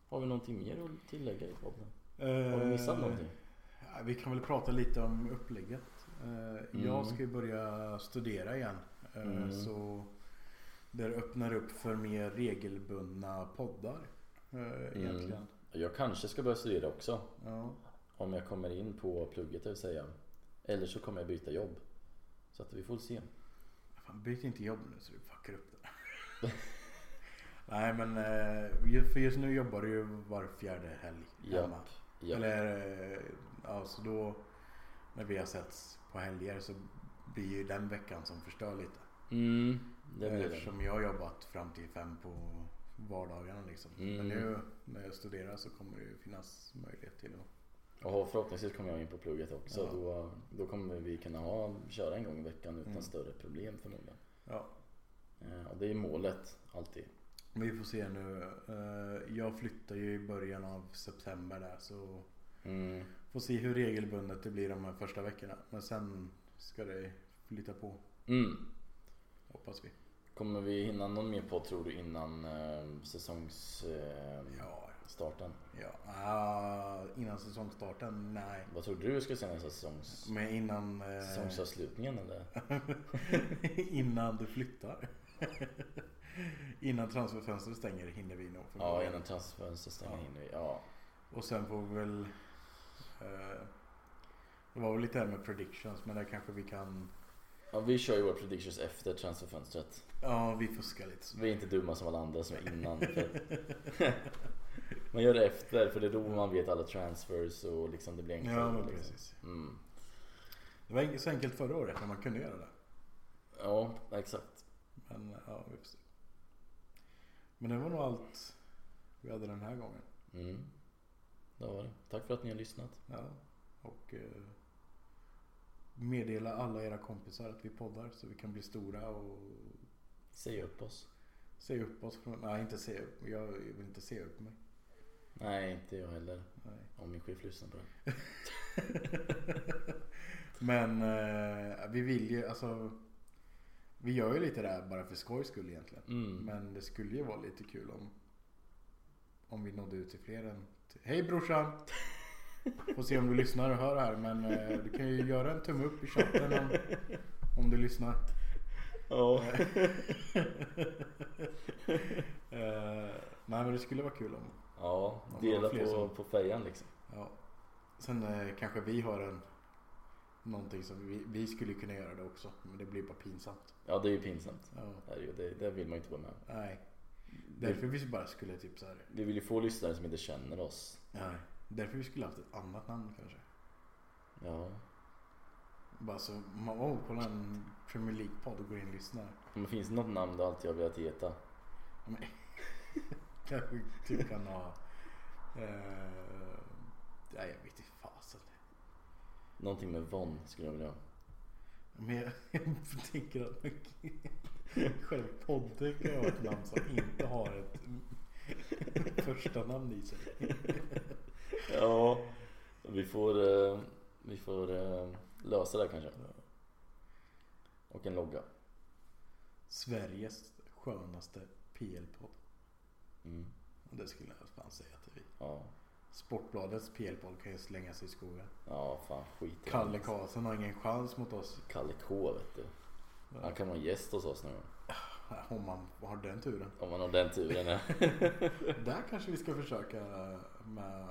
Speaker 2: har vi någonting mer att tillägga i podden? Har vi missat
Speaker 1: Eh,
Speaker 2: någonting?
Speaker 1: ja, Vi kan väl prata lite om upplägget. Eh, Jag ska ju börja studera igen. Eh,
Speaker 2: Mm.
Speaker 1: Så det öppnar upp för mer regelbundna poddar. eh,
Speaker 2: Mm.
Speaker 1: Egentligen.
Speaker 2: Jag kanske ska börja studera också.
Speaker 1: Ja.
Speaker 2: Om jag kommer in på plugget det vill säga. Eller så kommer jag byta jobb. Så att vi får se.
Speaker 1: Fan, byt inte jobb nu så du fuckar upp det.
Speaker 2: [laughs]
Speaker 1: Nej men eh, ju- för just nu jobbar du ju var fjärde helg
Speaker 2: Ja,
Speaker 1: hemma.
Speaker 2: Ja.
Speaker 1: Eller eh, ja, så då när vi har setts på helger så blir ju den veckan som förstör lite.
Speaker 2: Mm, det blir det.
Speaker 1: Eftersom jag har jobbat fram till fem på vardagarna liksom.
Speaker 2: Mm.
Speaker 1: Men nu när jag studerar så kommer det ju finnas möjlighet till att...
Speaker 2: Och förhoppningsvis kommer jag in på plugget också.
Speaker 1: Ja.
Speaker 2: Då, då kommer vi kunna ha, köra en gång i veckan utan
Speaker 1: Mm.
Speaker 2: större problem förmodligen.
Speaker 1: Ja,
Speaker 2: Eh, och det är målet alltid.
Speaker 1: vi får se nu. Eh, Jag flyttar ju i början av september där så
Speaker 2: Mm,
Speaker 1: får se hur regelbundet det blir de här första veckorna. Men sen ska det flytta på
Speaker 2: mm.
Speaker 1: hoppas vi.
Speaker 2: Kommer vi hinna någon mer podd tror du innan eh, säsongsstarten?
Speaker 1: Ja, ja. Ah, innan säsongstarten? Nej.
Speaker 2: Vad tror du ska säga säsongs...
Speaker 1: Men innan... eh,
Speaker 2: säsongsavslutningen eller?
Speaker 1: [laughs] innan du flyttar. [laughs] innan transferfönstret stänger hinner vi nog.
Speaker 2: Ja,
Speaker 1: förmodligen.
Speaker 2: innan transferfönstret stänger
Speaker 1: Ja.
Speaker 2: in nu. Ja.
Speaker 1: Och sen får vi väl... Eh, det var väl lite här med predictions men där kanske vi kan...
Speaker 2: ja, vi kör ju våra predictions efter transferfönstret.
Speaker 1: Ja, vi fuskar lite. så.
Speaker 2: Vi är inte dumma som alla andra som är innan. För
Speaker 1: [laughs]
Speaker 2: man gör det efter för det är då man vet alla transfers och liksom det blir enklare.
Speaker 1: Ja, men
Speaker 2: liksom.
Speaker 1: precis.
Speaker 2: Mm.
Speaker 1: Det var så enkelt förra året när man kunde göra det.
Speaker 2: Ja, exakt.
Speaker 1: Men ja, vi får se. Men det var nog allt vi hade den här gången.
Speaker 2: Mm. Det var det. Tack för att ni har lyssnat.
Speaker 1: Ja, och eh, meddela alla era kompisar att vi poddar så vi kan bli stora och
Speaker 2: Säg upp oss.
Speaker 1: se upp oss. Från, nej, inte se upp. Jag vill inte se upp mig.
Speaker 2: Nej, inte jag heller.
Speaker 1: Nej. [laughs]
Speaker 2: Om min chef lyssnar på det.
Speaker 1: Men eh, vi vill ju, alltså. Vi gör ju lite det här bara för skojs skull egentligen.
Speaker 2: Mm.
Speaker 1: Men det skulle ju vara lite kul om om vi nådde ut till fler än till... Hej brorsan! Får se om du lyssnar och hör här men eh, du kan ju göra en tumme upp i chatten om, om du lyssnar.
Speaker 2: Ja.
Speaker 1: [laughs] Eh, nej men det skulle vara kul om.
Speaker 2: Ja,
Speaker 1: Om det var
Speaker 2: dela
Speaker 1: fler
Speaker 2: på,
Speaker 1: som-
Speaker 2: på fejan liksom.
Speaker 1: Ja. Sen eh, kanske vi har en någonting som vi, vi skulle kunna göra det också. Men det blir bara pinsamt.
Speaker 2: Ja, det är ju pinsamt.
Speaker 1: Ja.
Speaker 2: Det, är ju- det, det vill man ju inte vara med om.
Speaker 1: Nej. Därför
Speaker 2: vi,
Speaker 1: vi bara skulle typ så här.
Speaker 2: vi vill ju få lyssnare som inte känner oss.
Speaker 1: Nej. Därför vi skulle haft ett annat namn kanske.
Speaker 2: Ja.
Speaker 1: Bara så man var på en Premier League-podd och går in och lyssnar.
Speaker 2: Om det finns något namn du alltid har velat heta.
Speaker 1: [laughs] Kanske typ kan ha... Eh, nej jag vet inte fasen.
Speaker 2: Någonting med Von skulle jag vilja
Speaker 1: [laughs]
Speaker 2: ha.
Speaker 1: Men jag, [laughs] jag tänker att [laughs] själv podden kan ju ha ett namn som inte har ett [laughs] första namn i sig.
Speaker 2: Ja. Vi får, eh, vi får eh, lösa det här kanske. Och en logga.
Speaker 1: Sveriges skönaste PL-podd.
Speaker 2: Mm.
Speaker 1: Och Det skulle jag fan säga till vi.
Speaker 2: Ja.
Speaker 1: Sportbladets PL-podd kan ju slänga sig i skogen.
Speaker 2: Ja, fan skit i det.
Speaker 1: Kalle Karlsson har ingen chans mot oss.
Speaker 2: Kalle K vet du. Han kan vara gäst hos oss någon gång.
Speaker 1: Om man har den turen.
Speaker 2: Om man har den turen. eh.
Speaker 1: [laughs]
Speaker 2: ja.
Speaker 1: Där kanske vi ska försöka med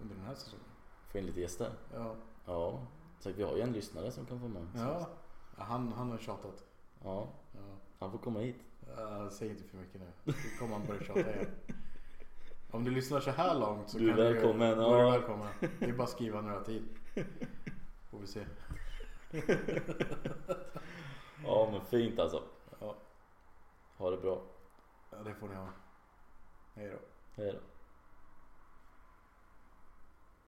Speaker 1: under den här säsongen.
Speaker 2: Få in lite gäster.
Speaker 1: Ja.
Speaker 2: Ja. Så vi har ju en lyssnare som kan få med.
Speaker 1: ja. Han, han har tjatat.
Speaker 2: ja.
Speaker 1: Ja.
Speaker 2: Han får komma hit.
Speaker 1: Eh, säg inte för mycket nu. Då kommer han börja tjata igen. Om du lyssnar så här långt så
Speaker 2: Du är
Speaker 1: kan ju-
Speaker 2: välkommen,
Speaker 1: Då är
Speaker 2: ja.
Speaker 1: du välkommen. Det är bara att skriva några tid. Får vi se.
Speaker 2: Ja men fint alltså.
Speaker 1: Ja.
Speaker 2: Ha det bra.
Speaker 1: Ja, det får ni ha. Hej då.
Speaker 2: Hej då.